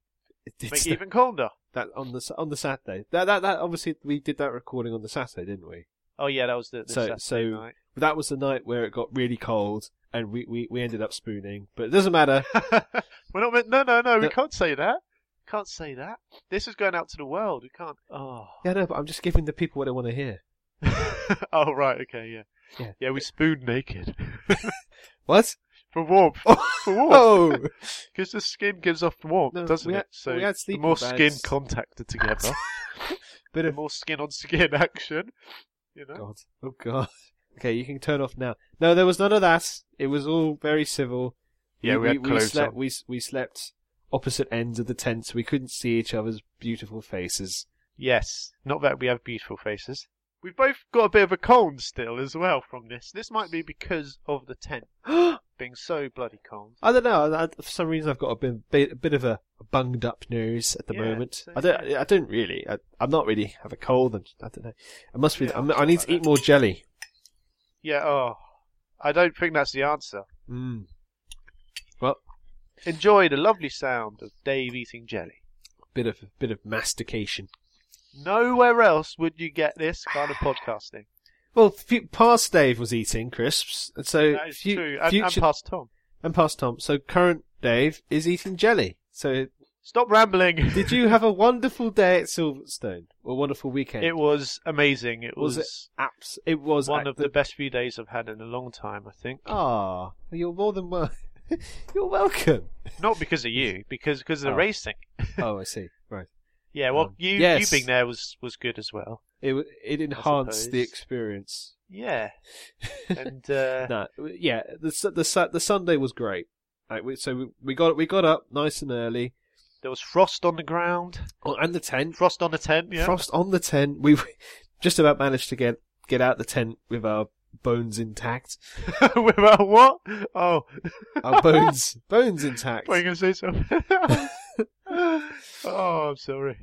[SPEAKER 1] It did
[SPEAKER 2] Make it
[SPEAKER 1] snow.
[SPEAKER 2] even colder.
[SPEAKER 1] (laughs) that on the s- on the Saturday. That that that obviously we did that recording on the Saturday, didn't we?
[SPEAKER 2] Oh yeah, that was the, the
[SPEAKER 1] So-
[SPEAKER 2] Saturday
[SPEAKER 1] so-
[SPEAKER 2] night.
[SPEAKER 1] But that was the night where it got really cold, and we we, we ended up spooning. But it doesn't matter.
[SPEAKER 2] (laughs) We're not. meant- No, no, no. We
[SPEAKER 1] No.
[SPEAKER 2] can't say that. Can't say that. This is going out to the world. We can't. Oh. (laughs)
[SPEAKER 1] yeah, no, but I'm just giving the people what they want to hear.
[SPEAKER 2] oh right. Okay. Yeah.
[SPEAKER 1] Yeah.
[SPEAKER 2] we spooned naked (laughs)
[SPEAKER 1] What? (laughs)
[SPEAKER 2] for warmth. For warmth.
[SPEAKER 1] Oh,
[SPEAKER 2] (laughs) Because the skin gives off warmth,
[SPEAKER 1] No,
[SPEAKER 2] doesn't
[SPEAKER 1] we had-
[SPEAKER 2] it? So
[SPEAKER 1] we had
[SPEAKER 2] the
[SPEAKER 1] sleeping
[SPEAKER 2] more skin
[SPEAKER 1] bags.
[SPEAKER 2] contacted together,
[SPEAKER 1] bit
[SPEAKER 2] the
[SPEAKER 1] of
[SPEAKER 2] (laughs) more skin on skin (laughs) action. You know.
[SPEAKER 1] God. Oh God. (laughs) Okay, you can turn off now. No, there was none of that. It was all very civil.
[SPEAKER 2] Yeah, we, had clothes
[SPEAKER 1] slept.
[SPEAKER 2] on.
[SPEAKER 1] We s- we slept opposite ends of the tent, so we couldn't see each other's beautiful faces.
[SPEAKER 2] Yes. Not that we have beautiful faces. We've both got a bit of a cold still as well from this. This might be because of
[SPEAKER 1] (gasps)
[SPEAKER 2] the tent
[SPEAKER 1] I
[SPEAKER 2] being so bloody cold.
[SPEAKER 1] don't know. I, I- for some reason, I've got a bit, bit, a bit of a bunged up nose at the
[SPEAKER 2] Yeah,
[SPEAKER 1] moment.
[SPEAKER 2] same
[SPEAKER 1] I don't. I don't really. I, I'm not really have a cold. And I don't know. I must be.
[SPEAKER 2] Yeah,
[SPEAKER 1] I'm,
[SPEAKER 2] I'm
[SPEAKER 1] I need
[SPEAKER 2] like
[SPEAKER 1] to eat
[SPEAKER 2] that.
[SPEAKER 1] more jelly.
[SPEAKER 2] Yeah. Oh. I don't think that's the answer.
[SPEAKER 1] Mm. Well,
[SPEAKER 2] Enjoy the lovely sound of Dave eating jelly.
[SPEAKER 1] bit of bit of mastication.
[SPEAKER 2] Nowhere else would you get this kind of podcasting.
[SPEAKER 1] Well, fu- past Dave was eating crisps, and so
[SPEAKER 2] That is
[SPEAKER 1] fu-
[SPEAKER 2] true. And, and
[SPEAKER 1] future-
[SPEAKER 2] past Tom.
[SPEAKER 1] and past Tom. So current Dave is eating jelly. So
[SPEAKER 2] Stop rambling.
[SPEAKER 1] did you have a wonderful day at Silverstone? A wonderful weekend.
[SPEAKER 2] It was amazing. It was,
[SPEAKER 1] Was Abs- it was
[SPEAKER 2] one
[SPEAKER 1] ac-
[SPEAKER 2] of the best few days I've had in a long time, I think.
[SPEAKER 1] Ah, you're more than well. (laughs) you're welcome.
[SPEAKER 2] Not because of you, because because of the
[SPEAKER 1] Oh.
[SPEAKER 2] racing.
[SPEAKER 1] oh, I see. Right.
[SPEAKER 2] Yeah, well,
[SPEAKER 1] Um,
[SPEAKER 2] you
[SPEAKER 1] yes.
[SPEAKER 2] you being there was was good as well.
[SPEAKER 1] It w- it enhanced the
[SPEAKER 2] suppose.
[SPEAKER 1] experience. (laughs)
[SPEAKER 2] Yeah, and uh,
[SPEAKER 1] no, yeah. The su- the su- the Sunday was great. Like, we, so we, we got we got up nice and early,
[SPEAKER 2] there was frost on the ground,
[SPEAKER 1] oh, and the tent
[SPEAKER 2] frost on the tent. Yeah,
[SPEAKER 1] frost on the tent. We (laughs) just about managed to get get out the tent with our bones intact.
[SPEAKER 2] (laughs) without what? Oh,
[SPEAKER 1] Our bones bones intact.
[SPEAKER 2] Were you
[SPEAKER 1] (laughs)
[SPEAKER 2] gonna say something? oh, I'm sorry.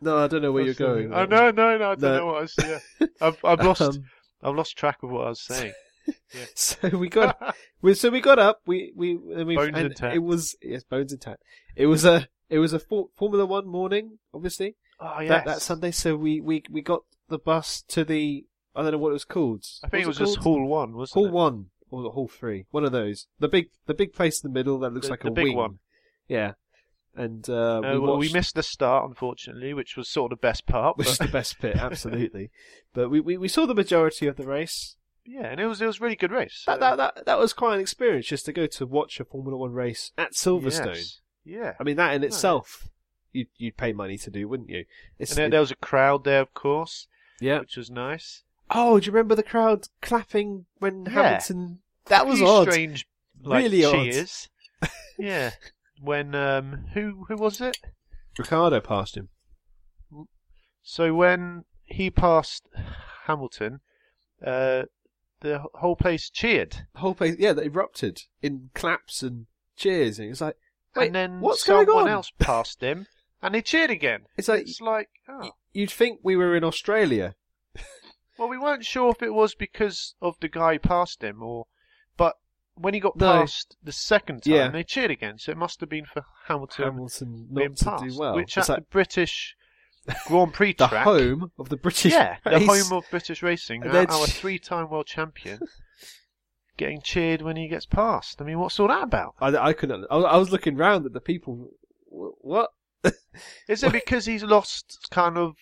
[SPEAKER 1] No, I don't know where
[SPEAKER 2] I'm
[SPEAKER 1] you're
[SPEAKER 2] sorry.
[SPEAKER 1] going.
[SPEAKER 2] Oh, no, no, no. I don't
[SPEAKER 1] No.
[SPEAKER 2] know what I was.
[SPEAKER 1] (laughs)
[SPEAKER 2] Yeah. I've, I've lost.
[SPEAKER 1] Um,
[SPEAKER 2] I've lost track of what I was saying.
[SPEAKER 1] (laughs) so we got we, so we got up. We we and we
[SPEAKER 2] Bones
[SPEAKER 1] and
[SPEAKER 2] intact.
[SPEAKER 1] it was yes bones intact. It was a it was a for, Formula One morning, obviously.
[SPEAKER 2] Oh yes.
[SPEAKER 1] that, that Sunday. So we, we, we got the bus to the I don't know what it was called.
[SPEAKER 2] I think it was
[SPEAKER 1] What
[SPEAKER 2] just
[SPEAKER 1] called?
[SPEAKER 2] Hall One, wasn't
[SPEAKER 1] Hall
[SPEAKER 2] it?
[SPEAKER 1] One or the Hall Three, one of those. The big the big place in the middle that looks
[SPEAKER 2] The-
[SPEAKER 1] like
[SPEAKER 2] the
[SPEAKER 1] a
[SPEAKER 2] big
[SPEAKER 1] wing.
[SPEAKER 2] one.
[SPEAKER 1] Yeah, and uh,
[SPEAKER 2] Uh,
[SPEAKER 1] we,
[SPEAKER 2] well, we
[SPEAKER 1] watched-
[SPEAKER 2] missed the start, unfortunately, which was sort of the best part.
[SPEAKER 1] which is (laughs) the
[SPEAKER 2] but-
[SPEAKER 1] best bit, absolutely. but we, we, we saw the majority of the race.
[SPEAKER 2] (laughs) yeah, and it was it was a really good race.
[SPEAKER 1] That, that that that was quite an experience just to go to watch a Formula One race at Silverstone.
[SPEAKER 2] Yes. Yeah.
[SPEAKER 1] I mean, that in
[SPEAKER 2] No.
[SPEAKER 1] itself, you'd you'd pay money to do, wouldn't you? It's,
[SPEAKER 2] and there, there was a crowd there, of course,
[SPEAKER 1] yeah.
[SPEAKER 2] which was nice.
[SPEAKER 1] Oh, do you remember the crowd clapping when
[SPEAKER 2] Yeah.
[SPEAKER 1] Hamilton? That was
[SPEAKER 2] Few
[SPEAKER 1] odd.
[SPEAKER 2] Strange, like,
[SPEAKER 1] Really odd. (laughs)
[SPEAKER 2] cheers. yeah. When um, who who was it?
[SPEAKER 1] Ricardo passed him.
[SPEAKER 2] So when he passed Hamilton, uh, the whole place cheered.
[SPEAKER 1] The whole place, yeah, that erupted in claps and cheers, and it was like, wait,
[SPEAKER 2] and then
[SPEAKER 1] what's
[SPEAKER 2] someone
[SPEAKER 1] going on?
[SPEAKER 2] else passed him, and they cheered again.
[SPEAKER 1] It's like
[SPEAKER 2] It's like, oh.
[SPEAKER 1] y- you'd think we were in Australia.
[SPEAKER 2] well, we weren't sure if it was because of the guy who passed him, or but when he got
[SPEAKER 1] No.
[SPEAKER 2] passed the second time,
[SPEAKER 1] Yeah.
[SPEAKER 2] they cheered again. So it must have been for Hamilton,
[SPEAKER 1] Hamilton
[SPEAKER 2] being
[SPEAKER 1] not to
[SPEAKER 2] passed,
[SPEAKER 1] do well.
[SPEAKER 2] which
[SPEAKER 1] it's
[SPEAKER 2] at
[SPEAKER 1] like (laughs)
[SPEAKER 2] the British Grand Prix
[SPEAKER 1] the
[SPEAKER 2] track,
[SPEAKER 1] home of the British.
[SPEAKER 2] yeah, the
[SPEAKER 1] (laughs) race.
[SPEAKER 2] home of British racing,
[SPEAKER 1] And
[SPEAKER 2] our,
[SPEAKER 1] they're
[SPEAKER 2] our
[SPEAKER 1] che-
[SPEAKER 2] three-time world champion. Getting cheered when he gets passed. I mean, what's all that about?
[SPEAKER 1] I, I couldn't. I, was- I was looking round at the people. wh- What?
[SPEAKER 2] Is it because he's lost kind of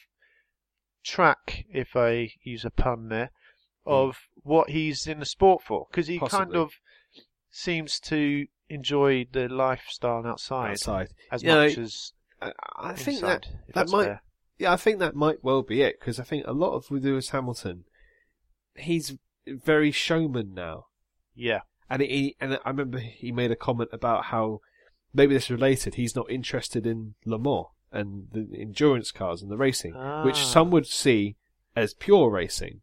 [SPEAKER 2] track, if I use a pun there, of what he's in the sport for? Because he
[SPEAKER 1] Hmm. Possibly.
[SPEAKER 2] kind of seems to enjoy the lifestyle outside,
[SPEAKER 1] Outside.
[SPEAKER 2] as
[SPEAKER 1] You know,
[SPEAKER 2] much as
[SPEAKER 1] I, I
[SPEAKER 2] inside.
[SPEAKER 1] think that
[SPEAKER 2] if
[SPEAKER 1] that
[SPEAKER 2] that's
[SPEAKER 1] might.
[SPEAKER 2] fair.
[SPEAKER 1] Yeah, I think that might well be it because I think a lot of Lewis Hamilton, he's very showman now,
[SPEAKER 2] Yeah,
[SPEAKER 1] and he and I remember he made a comment about how maybe this is related. He's not interested in Le Mans and the endurance cars and the racing, which
[SPEAKER 2] Ah.
[SPEAKER 1] some would see as pure racing,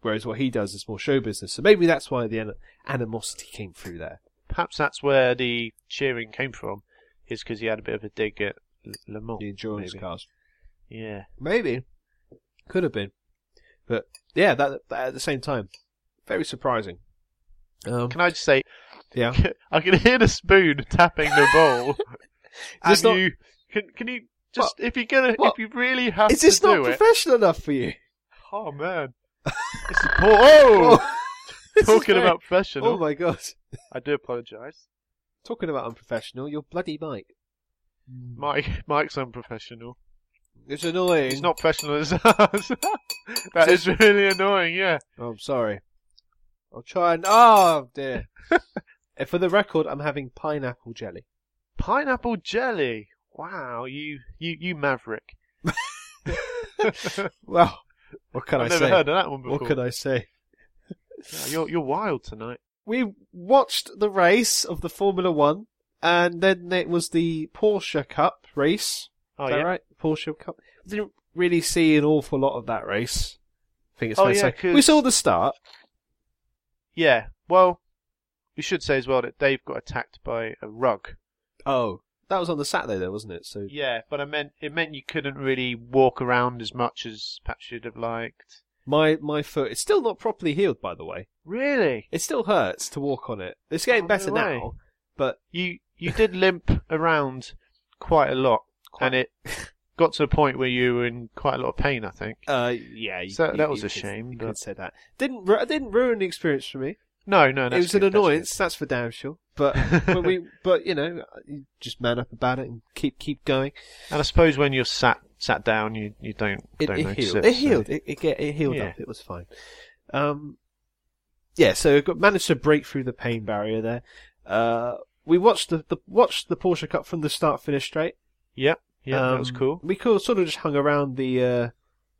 [SPEAKER 1] whereas what he does is more show business. So maybe that's why the an- animosity came through there.
[SPEAKER 2] perhaps that's where the cheering came from, is because he had a bit of a dig at L- Le Mans.
[SPEAKER 1] The endurance
[SPEAKER 2] maybe.
[SPEAKER 1] cars,
[SPEAKER 2] Yeah.
[SPEAKER 1] maybe, could have been, but yeah, that, that at the same time, very surprising. Um,
[SPEAKER 2] Can I just say,
[SPEAKER 1] Yeah.
[SPEAKER 2] (laughs) I can hear the spoon tapping the
[SPEAKER 1] (laughs)
[SPEAKER 2] bowl.
[SPEAKER 1] this
[SPEAKER 2] and
[SPEAKER 1] not-
[SPEAKER 2] you can can you just if you're gonna
[SPEAKER 1] What?
[SPEAKER 2] if you really have
[SPEAKER 1] Is
[SPEAKER 2] to
[SPEAKER 1] this not
[SPEAKER 2] do it?
[SPEAKER 1] professional enough for you? (laughs)
[SPEAKER 2] Oh man, it's a poor, oh,
[SPEAKER 1] This is
[SPEAKER 2] (laughs) talking
[SPEAKER 1] very-
[SPEAKER 2] about professional.
[SPEAKER 1] Oh my god.
[SPEAKER 2] I do apologise.
[SPEAKER 1] Talking about unprofessional, you're bloody Mike. Mm.
[SPEAKER 2] Mike Mike's unprofessional.
[SPEAKER 1] It's annoying.
[SPEAKER 2] He's not professional as (laughs) us. that is really annoying. Yeah.
[SPEAKER 1] Oh, I'm sorry. I'll try and. Oh dear.
[SPEAKER 2] (laughs)
[SPEAKER 1] Uh, for the record, I'm having pineapple jelly.
[SPEAKER 2] Pineapple jelly. Wow, you you you maverick.
[SPEAKER 1] Well, what can
[SPEAKER 2] I've
[SPEAKER 1] I
[SPEAKER 2] never
[SPEAKER 1] say?
[SPEAKER 2] heard of that one before.
[SPEAKER 1] what can I say?
[SPEAKER 2] Yeah, You're you're wild tonight.
[SPEAKER 1] We watched the race of the Formula One, and then it was the Porsche Cup race.
[SPEAKER 2] Oh
[SPEAKER 1] Is that
[SPEAKER 2] yeah.
[SPEAKER 1] right? Porsche Cup. Didn't really see an awful lot of that race. I think it's
[SPEAKER 2] Oh,
[SPEAKER 1] fair to
[SPEAKER 2] yeah,
[SPEAKER 1] say.
[SPEAKER 2] 'cause-
[SPEAKER 1] We saw the start.
[SPEAKER 2] Yeah. Well, we should say as well that Dave got attacked by a rug.
[SPEAKER 1] Oh, that was on the Saturday though, wasn't it? So
[SPEAKER 2] Yeah, but I meant it meant you couldn't really walk around as much as perhaps you'd have liked.
[SPEAKER 1] my my foot it's still not properly healed by the way.
[SPEAKER 2] Really?
[SPEAKER 1] It still hurts to walk on it. It's getting
[SPEAKER 2] Oh, no
[SPEAKER 1] better
[SPEAKER 2] way.
[SPEAKER 1] now, but
[SPEAKER 2] You you did limp around quite a lot,
[SPEAKER 1] Quite.
[SPEAKER 2] and it got to the point where you were in quite a lot of pain. I think.
[SPEAKER 1] uh yeah, you,
[SPEAKER 2] So that-
[SPEAKER 1] you-
[SPEAKER 2] that was
[SPEAKER 1] you
[SPEAKER 2] a
[SPEAKER 1] could-
[SPEAKER 2] shame,
[SPEAKER 1] You
[SPEAKER 2] but-
[SPEAKER 1] could say that. Didn't ru- didn't ruin the experience for me.
[SPEAKER 2] No, no,
[SPEAKER 1] It
[SPEAKER 2] that's
[SPEAKER 1] was an
[SPEAKER 2] good, that's good.
[SPEAKER 1] annoyance, that's, for damn sure. But but
[SPEAKER 2] (laughs)
[SPEAKER 1] we but you know, you just man up about it and keep keep going.
[SPEAKER 2] And I suppose when you're sat sat down, you you don't
[SPEAKER 1] It,
[SPEAKER 2] don't
[SPEAKER 1] it
[SPEAKER 2] notice
[SPEAKER 1] healed.
[SPEAKER 2] it.
[SPEAKER 1] It
[SPEAKER 2] so-
[SPEAKER 1] healed. It it, get, it healed
[SPEAKER 2] Yeah.
[SPEAKER 1] up. It was fine. Um, yeah. So I got, managed to break through the pain barrier there. Uh, we watched the, the watched the Porsche Cup from the start finish straight.
[SPEAKER 2] Yep. Yeah, that was
[SPEAKER 1] Um,
[SPEAKER 2] cool.
[SPEAKER 1] We cool, sort of just hung around the uh,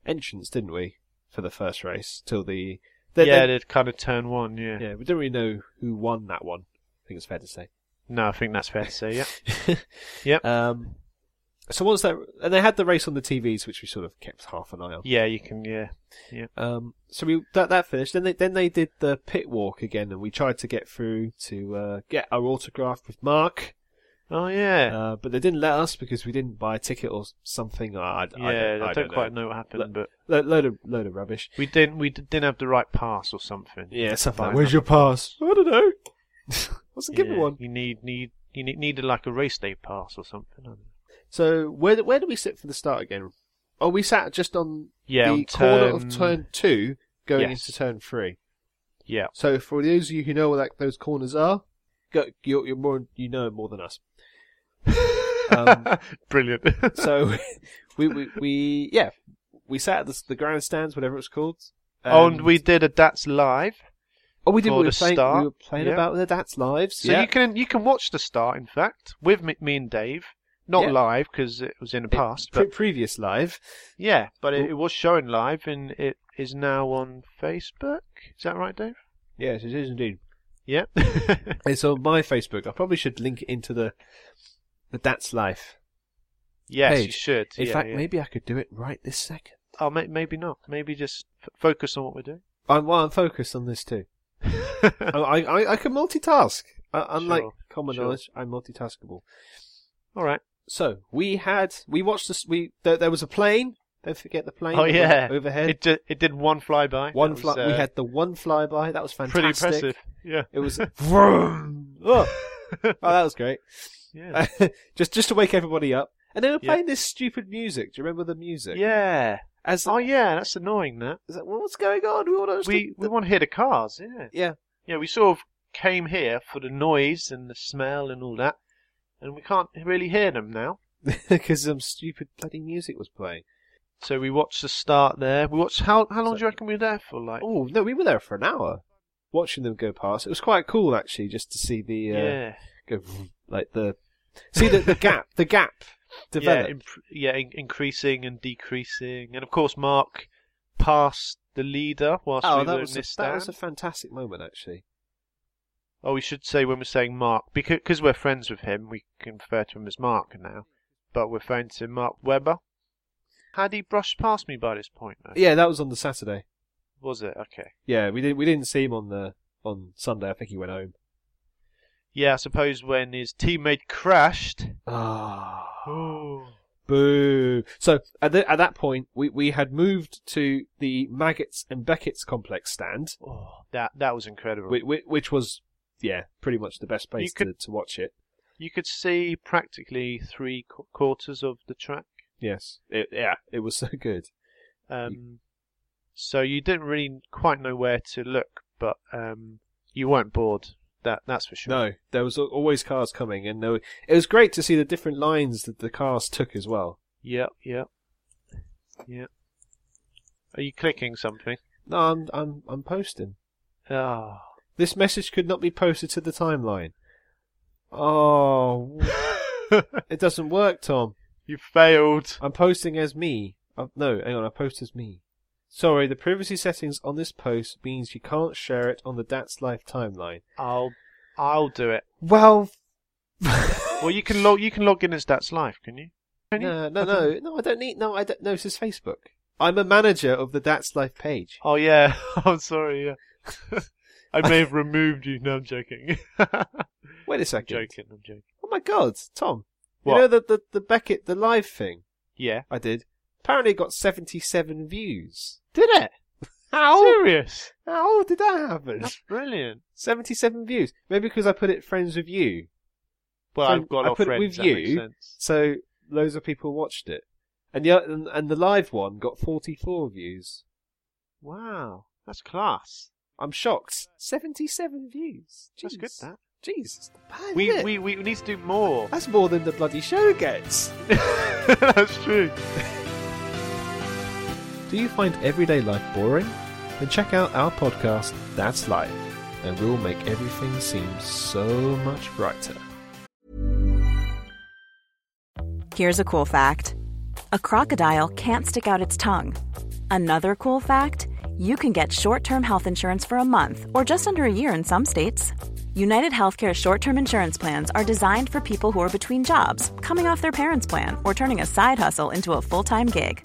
[SPEAKER 1] entrance, didn't we, for the first race till the. then-
[SPEAKER 2] yeah,
[SPEAKER 1] then-
[SPEAKER 2] they'd kind of turn one. Yeah.
[SPEAKER 1] yeah. We don't really know who won that one. I think it's fair to say.
[SPEAKER 2] No, I think that's fair to say. Yeah. Yep.
[SPEAKER 1] Um, so once that, and they had the race on the TVs, which we sort of kept half an eye on.
[SPEAKER 2] Yeah, you can. Yeah. Yeah.
[SPEAKER 1] Um, so we that that finished. Then they then they did the pit walk again, and we tried to get through to uh, get our autograph with Mark,
[SPEAKER 2] Oh yeah.
[SPEAKER 1] uh, but they didn't let us because we didn't buy a ticket or something. I, I,
[SPEAKER 2] yeah.
[SPEAKER 1] I,
[SPEAKER 2] Uh, I
[SPEAKER 1] don't,
[SPEAKER 2] don't,
[SPEAKER 1] I don't
[SPEAKER 2] quite
[SPEAKER 1] know.
[SPEAKER 2] know what happened,
[SPEAKER 1] Look-
[SPEAKER 2] but
[SPEAKER 1] Lo- load of load of rubbish.
[SPEAKER 2] We didn't. We d- didn't have the right pass or something.
[SPEAKER 1] Yeah, something
[SPEAKER 2] Like
[SPEAKER 1] like. Where's
[SPEAKER 2] that.
[SPEAKER 1] your pass? I don't know. (laughs) Wasn't given
[SPEAKER 2] Yeah,
[SPEAKER 1] one.
[SPEAKER 2] You need need you need, needed like a race day pass or something. I don't know.
[SPEAKER 1] So where do- where do we sit for the start again? Are we sat just on
[SPEAKER 2] Yeah,
[SPEAKER 1] the
[SPEAKER 2] on
[SPEAKER 1] corner
[SPEAKER 2] turn-
[SPEAKER 1] of turn two going
[SPEAKER 2] Yes.
[SPEAKER 1] into turn three?
[SPEAKER 2] Yeah.
[SPEAKER 1] So for those of you who know where that, those corners are, go, you're, you're more you know more than us. Um,
[SPEAKER 2] (laughs) Brilliant.
[SPEAKER 1] so (laughs) we, we we yeah we sat at the, the grandstands, whatever it's called.
[SPEAKER 2] Oh,
[SPEAKER 1] Um,
[SPEAKER 2] and we did a Dats live.
[SPEAKER 1] oh we did we
[SPEAKER 2] for
[SPEAKER 1] were
[SPEAKER 2] the
[SPEAKER 1] playing
[SPEAKER 2] start,
[SPEAKER 1] we were playing
[SPEAKER 2] yeah.
[SPEAKER 1] about the Dats lives.
[SPEAKER 2] So you can you can watch the start, in fact, with me, me and Dave. Not
[SPEAKER 1] Yeah.
[SPEAKER 2] live because it was in the past,
[SPEAKER 1] pre-
[SPEAKER 2] but
[SPEAKER 1] previous live.
[SPEAKER 2] yeah, but it, it was showing live, and it is now on Facebook. Is that right, Dave?
[SPEAKER 1] Yes, it is
[SPEAKER 2] (laughs)
[SPEAKER 1] indeed.
[SPEAKER 2] Yeah.
[SPEAKER 1] It's on my Facebook. I probably should link it into the the Dats life.
[SPEAKER 2] yes, you
[SPEAKER 1] Page.
[SPEAKER 2] should.
[SPEAKER 1] In
[SPEAKER 2] yeah,
[SPEAKER 1] fact,
[SPEAKER 2] yeah.
[SPEAKER 1] maybe I could do it right this second.
[SPEAKER 2] Oh, may- maybe not. Maybe just f- focus on what we're doing.
[SPEAKER 1] I'm well, I'm focused on this
[SPEAKER 2] (laughs)
[SPEAKER 1] too. I I, I can multitask. Uh, unlike
[SPEAKER 2] Sure,
[SPEAKER 1] common
[SPEAKER 2] sure.
[SPEAKER 1] knowledge, I'm multitaskable.
[SPEAKER 2] All right.
[SPEAKER 1] So we had we watched this. We there, there was a plane. Don't forget the plane.
[SPEAKER 2] Oh
[SPEAKER 1] over-
[SPEAKER 2] yeah.
[SPEAKER 1] overhead.
[SPEAKER 2] It did, it did one flyby.
[SPEAKER 1] one
[SPEAKER 2] That
[SPEAKER 1] fly.
[SPEAKER 2] was,
[SPEAKER 1] we
[SPEAKER 2] uh,
[SPEAKER 1] had the one flyby. That was fantastic.
[SPEAKER 2] pretty impressive. Yeah.
[SPEAKER 1] It
[SPEAKER 2] (laughs)
[SPEAKER 1] was. vroom. oh, oh, that was great.
[SPEAKER 2] Yeah.
[SPEAKER 1] (laughs) just just to wake everybody up. And they were
[SPEAKER 2] Yeah.
[SPEAKER 1] playing this stupid music. Do you remember the music?
[SPEAKER 2] yeah.
[SPEAKER 1] As
[SPEAKER 2] Oh yeah, that's annoying. That
[SPEAKER 1] It's like, well, what's going on? We all understood
[SPEAKER 2] we we
[SPEAKER 1] the-
[SPEAKER 2] want to hear the cars. Yeah.
[SPEAKER 1] (laughs) yeah.
[SPEAKER 2] Yeah, we sort of came here for the noise and the smell and all that, and we can't really hear them now.
[SPEAKER 1] (laughs) Because some stupid bloody music was playing.
[SPEAKER 2] So we watched the start there. We watched how how long do you reckon we were there for? Like
[SPEAKER 1] Oh no, we were there for an hour, watching them go past. It was quite cool actually, just to see the uh,
[SPEAKER 2] yeah,
[SPEAKER 1] go like the see the, the gap the gap
[SPEAKER 2] (laughs) yeah,
[SPEAKER 1] develop.
[SPEAKER 2] imp- yeah, in- increasing and decreasing, and of course Mark passed the leader whilst
[SPEAKER 1] oh,
[SPEAKER 2] we
[SPEAKER 1] that
[SPEAKER 2] were
[SPEAKER 1] was
[SPEAKER 2] in
[SPEAKER 1] a,
[SPEAKER 2] this
[SPEAKER 1] that
[SPEAKER 2] stand.
[SPEAKER 1] was a fantastic moment actually.
[SPEAKER 2] Oh, we should say when we're saying Mark because cause we're friends with him, we can refer to him as Mark now, but we're friends to Mark Webber. Had he brushed past me by this point though?
[SPEAKER 1] Yeah, that was on the Saturday.
[SPEAKER 2] Was it okay?
[SPEAKER 1] Yeah, we didn't we didn't see him on the on Sunday. I think he went home.
[SPEAKER 2] Yeah, I suppose when his teammate crashed.
[SPEAKER 1] Ah,
[SPEAKER 2] (gasps) Oh.
[SPEAKER 1] boo! So at the, at that point, we we had moved to the Maggots and Beckett's complex stand,
[SPEAKER 2] oh, That that was incredible.
[SPEAKER 1] which, which was yeah pretty much the best place
[SPEAKER 2] could-
[SPEAKER 1] to, to watch it.
[SPEAKER 2] you could see practically three qu- quarters of the track.
[SPEAKER 1] Yes, it, yeah, it was (laughs) so good.
[SPEAKER 2] Um, so you didn't really quite know where to look, but um, you weren't bored. That that's for sure.
[SPEAKER 1] No, there was al- always cars coming, and there were, it was great to see the different lines that the cars took as well.
[SPEAKER 2] Yep. Yep. Yep. Are you clicking something?
[SPEAKER 1] No, I'm I'm I'm posting.
[SPEAKER 2] Ah.
[SPEAKER 1] This message could not be posted to the timeline. Oh, it doesn't work, Tom.
[SPEAKER 2] you failed.
[SPEAKER 1] I'm posting as me. Uh, no, hang on, I post as me. Sorry, the privacy settings on this post means you can't share it on the Dats Life timeline.
[SPEAKER 2] I'll I'll do it.
[SPEAKER 1] Well,
[SPEAKER 2] Well, you can log you can log in as That's Life, can you? Can you?
[SPEAKER 1] no, no, no, no. I don't need. No, I don't. No, this is Facebook. I'm a manager of the Dats Life page.
[SPEAKER 2] Oh yeah, (laughs) I'm sorry. Yeah, (laughs) I may have removed you. No, I'm joking. (laughs) I'm
[SPEAKER 1] Wait a second.
[SPEAKER 2] joking. I'm joking.
[SPEAKER 1] Oh my god, Tom.
[SPEAKER 2] What?
[SPEAKER 1] You know the, the, the Beckett, the live thing
[SPEAKER 2] Yeah.
[SPEAKER 1] I did? Apparently it got 77 views.
[SPEAKER 2] Did it?
[SPEAKER 1] (laughs) How?
[SPEAKER 2] Oh! Serious?
[SPEAKER 1] How did that happen?
[SPEAKER 2] That's brilliant.
[SPEAKER 1] 77 views. Maybe because I put it friends with you.
[SPEAKER 2] Well,
[SPEAKER 1] So
[SPEAKER 2] I've got a
[SPEAKER 1] I
[SPEAKER 2] lot of
[SPEAKER 1] put it
[SPEAKER 2] friends.
[SPEAKER 1] with
[SPEAKER 2] that makes
[SPEAKER 1] you.
[SPEAKER 2] sense.
[SPEAKER 1] So loads of people watched it. And the, oth- and, and the live one got 44 views.
[SPEAKER 2] Wow, that's class.
[SPEAKER 1] I'm shocked. 77 views.
[SPEAKER 2] That's good,
[SPEAKER 1] Jeez.
[SPEAKER 2] that.
[SPEAKER 1] Jeez, it's not bad,
[SPEAKER 2] We,
[SPEAKER 1] is it?
[SPEAKER 2] we we need to
[SPEAKER 1] (laughs)
[SPEAKER 2] do more. (laughs)
[SPEAKER 1] That's more than the bloody show gets.
[SPEAKER 2] that's true.
[SPEAKER 1] Do you find everyday life boring? Then check out our podcast, That's Life, and we'll make everything seem so much brighter.
[SPEAKER 5] Here's a cool fact a crocodile can't stick out its tongue. Another cool fact you can get short term health insurance for a month or just under a year in some states. United Healthcare short term insurance plans are designed for people who are between jobs, coming off their parents' plan, or turning a side hustle into a full time gig.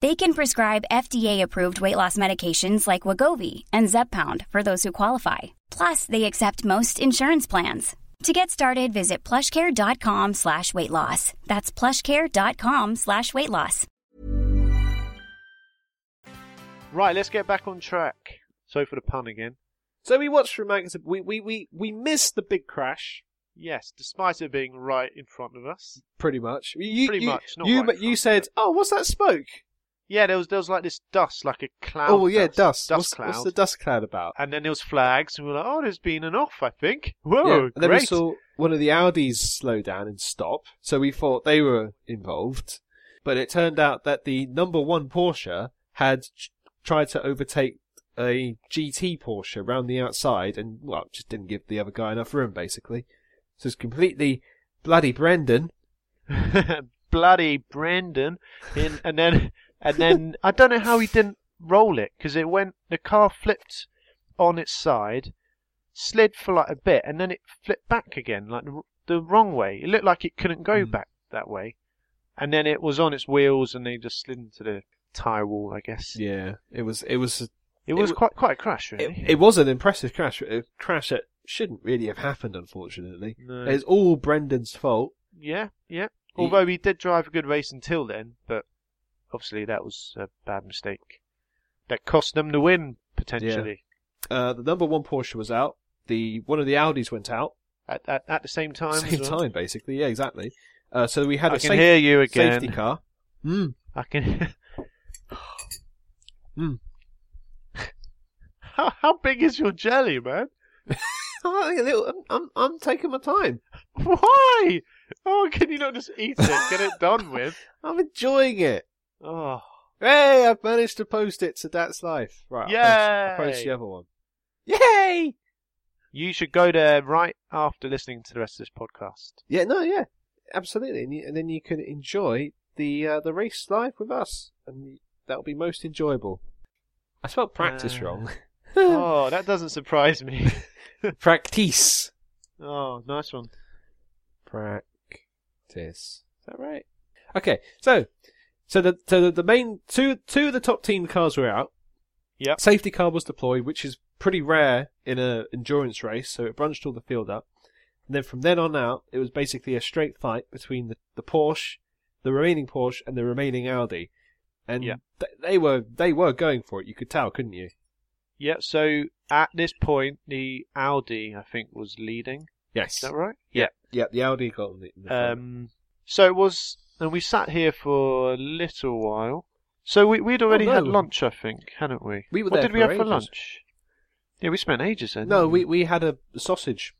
[SPEAKER 6] They can prescribe FDA-approved weight loss medications like Wagovi and Zepbound for those who qualify. Plus, they accept most insurance plans. To get started, visit plushcare.com slash weight loss. That's plushcare.com slash weight loss.
[SPEAKER 2] Right, let's get back on track. So for the pun again.
[SPEAKER 1] So we watched through magazine. We we we we missed the big crash.
[SPEAKER 2] Yes, despite it being right in front of us.
[SPEAKER 1] Pretty much. You,
[SPEAKER 2] Pretty
[SPEAKER 1] you,
[SPEAKER 2] much, not
[SPEAKER 1] you
[SPEAKER 2] right in
[SPEAKER 1] you
[SPEAKER 2] front,
[SPEAKER 1] said,
[SPEAKER 2] but-
[SPEAKER 1] "Oh, what's that smoke?"
[SPEAKER 2] Yeah, there was there was like this dust, like a cloud.
[SPEAKER 1] oh, well, yeah,
[SPEAKER 2] dust,
[SPEAKER 1] dust.
[SPEAKER 2] dust
[SPEAKER 1] what's,
[SPEAKER 2] cloud.
[SPEAKER 1] what's the dust cloud about?
[SPEAKER 2] and then there was flags, and we were like, "Oh, there's been an off, I think." Whoa,
[SPEAKER 1] yeah. And then
[SPEAKER 2] Oh, great!
[SPEAKER 1] we saw one of the Audis slow down and stop, so we thought they were involved. But it turned out that the number one Porsche had ch- tried to overtake a GT Porsche round the outside and, well, just didn't give the other guy enough room, basically. So it's completely bloody Brendan.
[SPEAKER 2] (laughs) Bloody Brendan! In, and then and then I don't know how he didn't roll it because it went. The car flipped on its side, slid for like a bit, and then it flipped back again, like the, the wrong way. It looked like it couldn't go
[SPEAKER 1] Mm.
[SPEAKER 2] back that way, and then it was on its wheels, and they just slid into the tire wall, I guess.
[SPEAKER 1] Yeah, it was, it was a
[SPEAKER 2] It was
[SPEAKER 1] w-
[SPEAKER 2] quite quite a crash, really.
[SPEAKER 1] It, it was an impressive crash, a crash that shouldn't really have happened, unfortunately.
[SPEAKER 2] No.
[SPEAKER 1] It's all Brendan's fault.
[SPEAKER 2] Yeah, yeah.
[SPEAKER 1] He-
[SPEAKER 2] Although he did drive a good race until then, but obviously that was a bad mistake. That cost them the win potentially
[SPEAKER 1] Uh, the number one Porsche was out. The one of the Audis went out.
[SPEAKER 2] at, at at the same time.
[SPEAKER 1] Same
[SPEAKER 2] as well.
[SPEAKER 1] time, basically. Yeah, exactly. Uh, so we had
[SPEAKER 2] I
[SPEAKER 1] a
[SPEAKER 2] can
[SPEAKER 1] safe-
[SPEAKER 2] hear you again.
[SPEAKER 1] safety car. Mm.
[SPEAKER 2] I can. (laughs)
[SPEAKER 1] Mm.
[SPEAKER 2] how how big is your jelly, man?
[SPEAKER 1] Oh, a little- (laughs) I'm, I'm, I'm taking my time.
[SPEAKER 2] Why? Oh, can you not just eat it? Get it
[SPEAKER 1] (laughs)
[SPEAKER 2] done with.
[SPEAKER 1] I'm enjoying it.
[SPEAKER 2] Oh,
[SPEAKER 1] Hey, I've managed to post it to That's Life. Right. I'll post, I'll post
[SPEAKER 2] Yay!
[SPEAKER 1] the other one. Yay!
[SPEAKER 2] you should go there right after listening to the rest of this
[SPEAKER 1] (sighs)
[SPEAKER 2] podcast.
[SPEAKER 1] Yeah, no, yeah, absolutely. And, you, and then you can enjoy the uh, the race live with us, and that'll be most enjoyable. I spelled practice
[SPEAKER 2] Uh.
[SPEAKER 1] wrong.
[SPEAKER 2] (laughs) oh, that doesn't surprise me.
[SPEAKER 1] (laughs) practice.
[SPEAKER 2] Oh, nice one.
[SPEAKER 1] Practice. Is that right? Okay, so so the so the, the main two two of the top team cars were out.
[SPEAKER 2] Yep.
[SPEAKER 1] Safety car was deployed, which is pretty rare in a endurance race, so it bunched all the field up. And then from then on out, it was basically a straight fight between the, the Porsche, the remaining Porsche, and the remaining Audi. And
[SPEAKER 2] Yeah.
[SPEAKER 1] th- they were they were going for it. You could tell, couldn't you?
[SPEAKER 2] Yeah, so at this point, the Audi, I think, was leading.
[SPEAKER 1] Yes.
[SPEAKER 2] Is that right?
[SPEAKER 1] Yeah. Yeah. The Audi got in the, in the front.
[SPEAKER 2] Um, so it was, and we sat here for a little while. So we, we'd already
[SPEAKER 1] Oh, no.
[SPEAKER 2] had lunch, I think, hadn't we?
[SPEAKER 1] We were
[SPEAKER 2] what
[SPEAKER 1] there
[SPEAKER 2] did we
[SPEAKER 1] for
[SPEAKER 2] have for
[SPEAKER 1] ages.
[SPEAKER 2] lunch? Yeah, we spent ages then.
[SPEAKER 1] No,
[SPEAKER 2] didn't
[SPEAKER 1] we we had a sausage.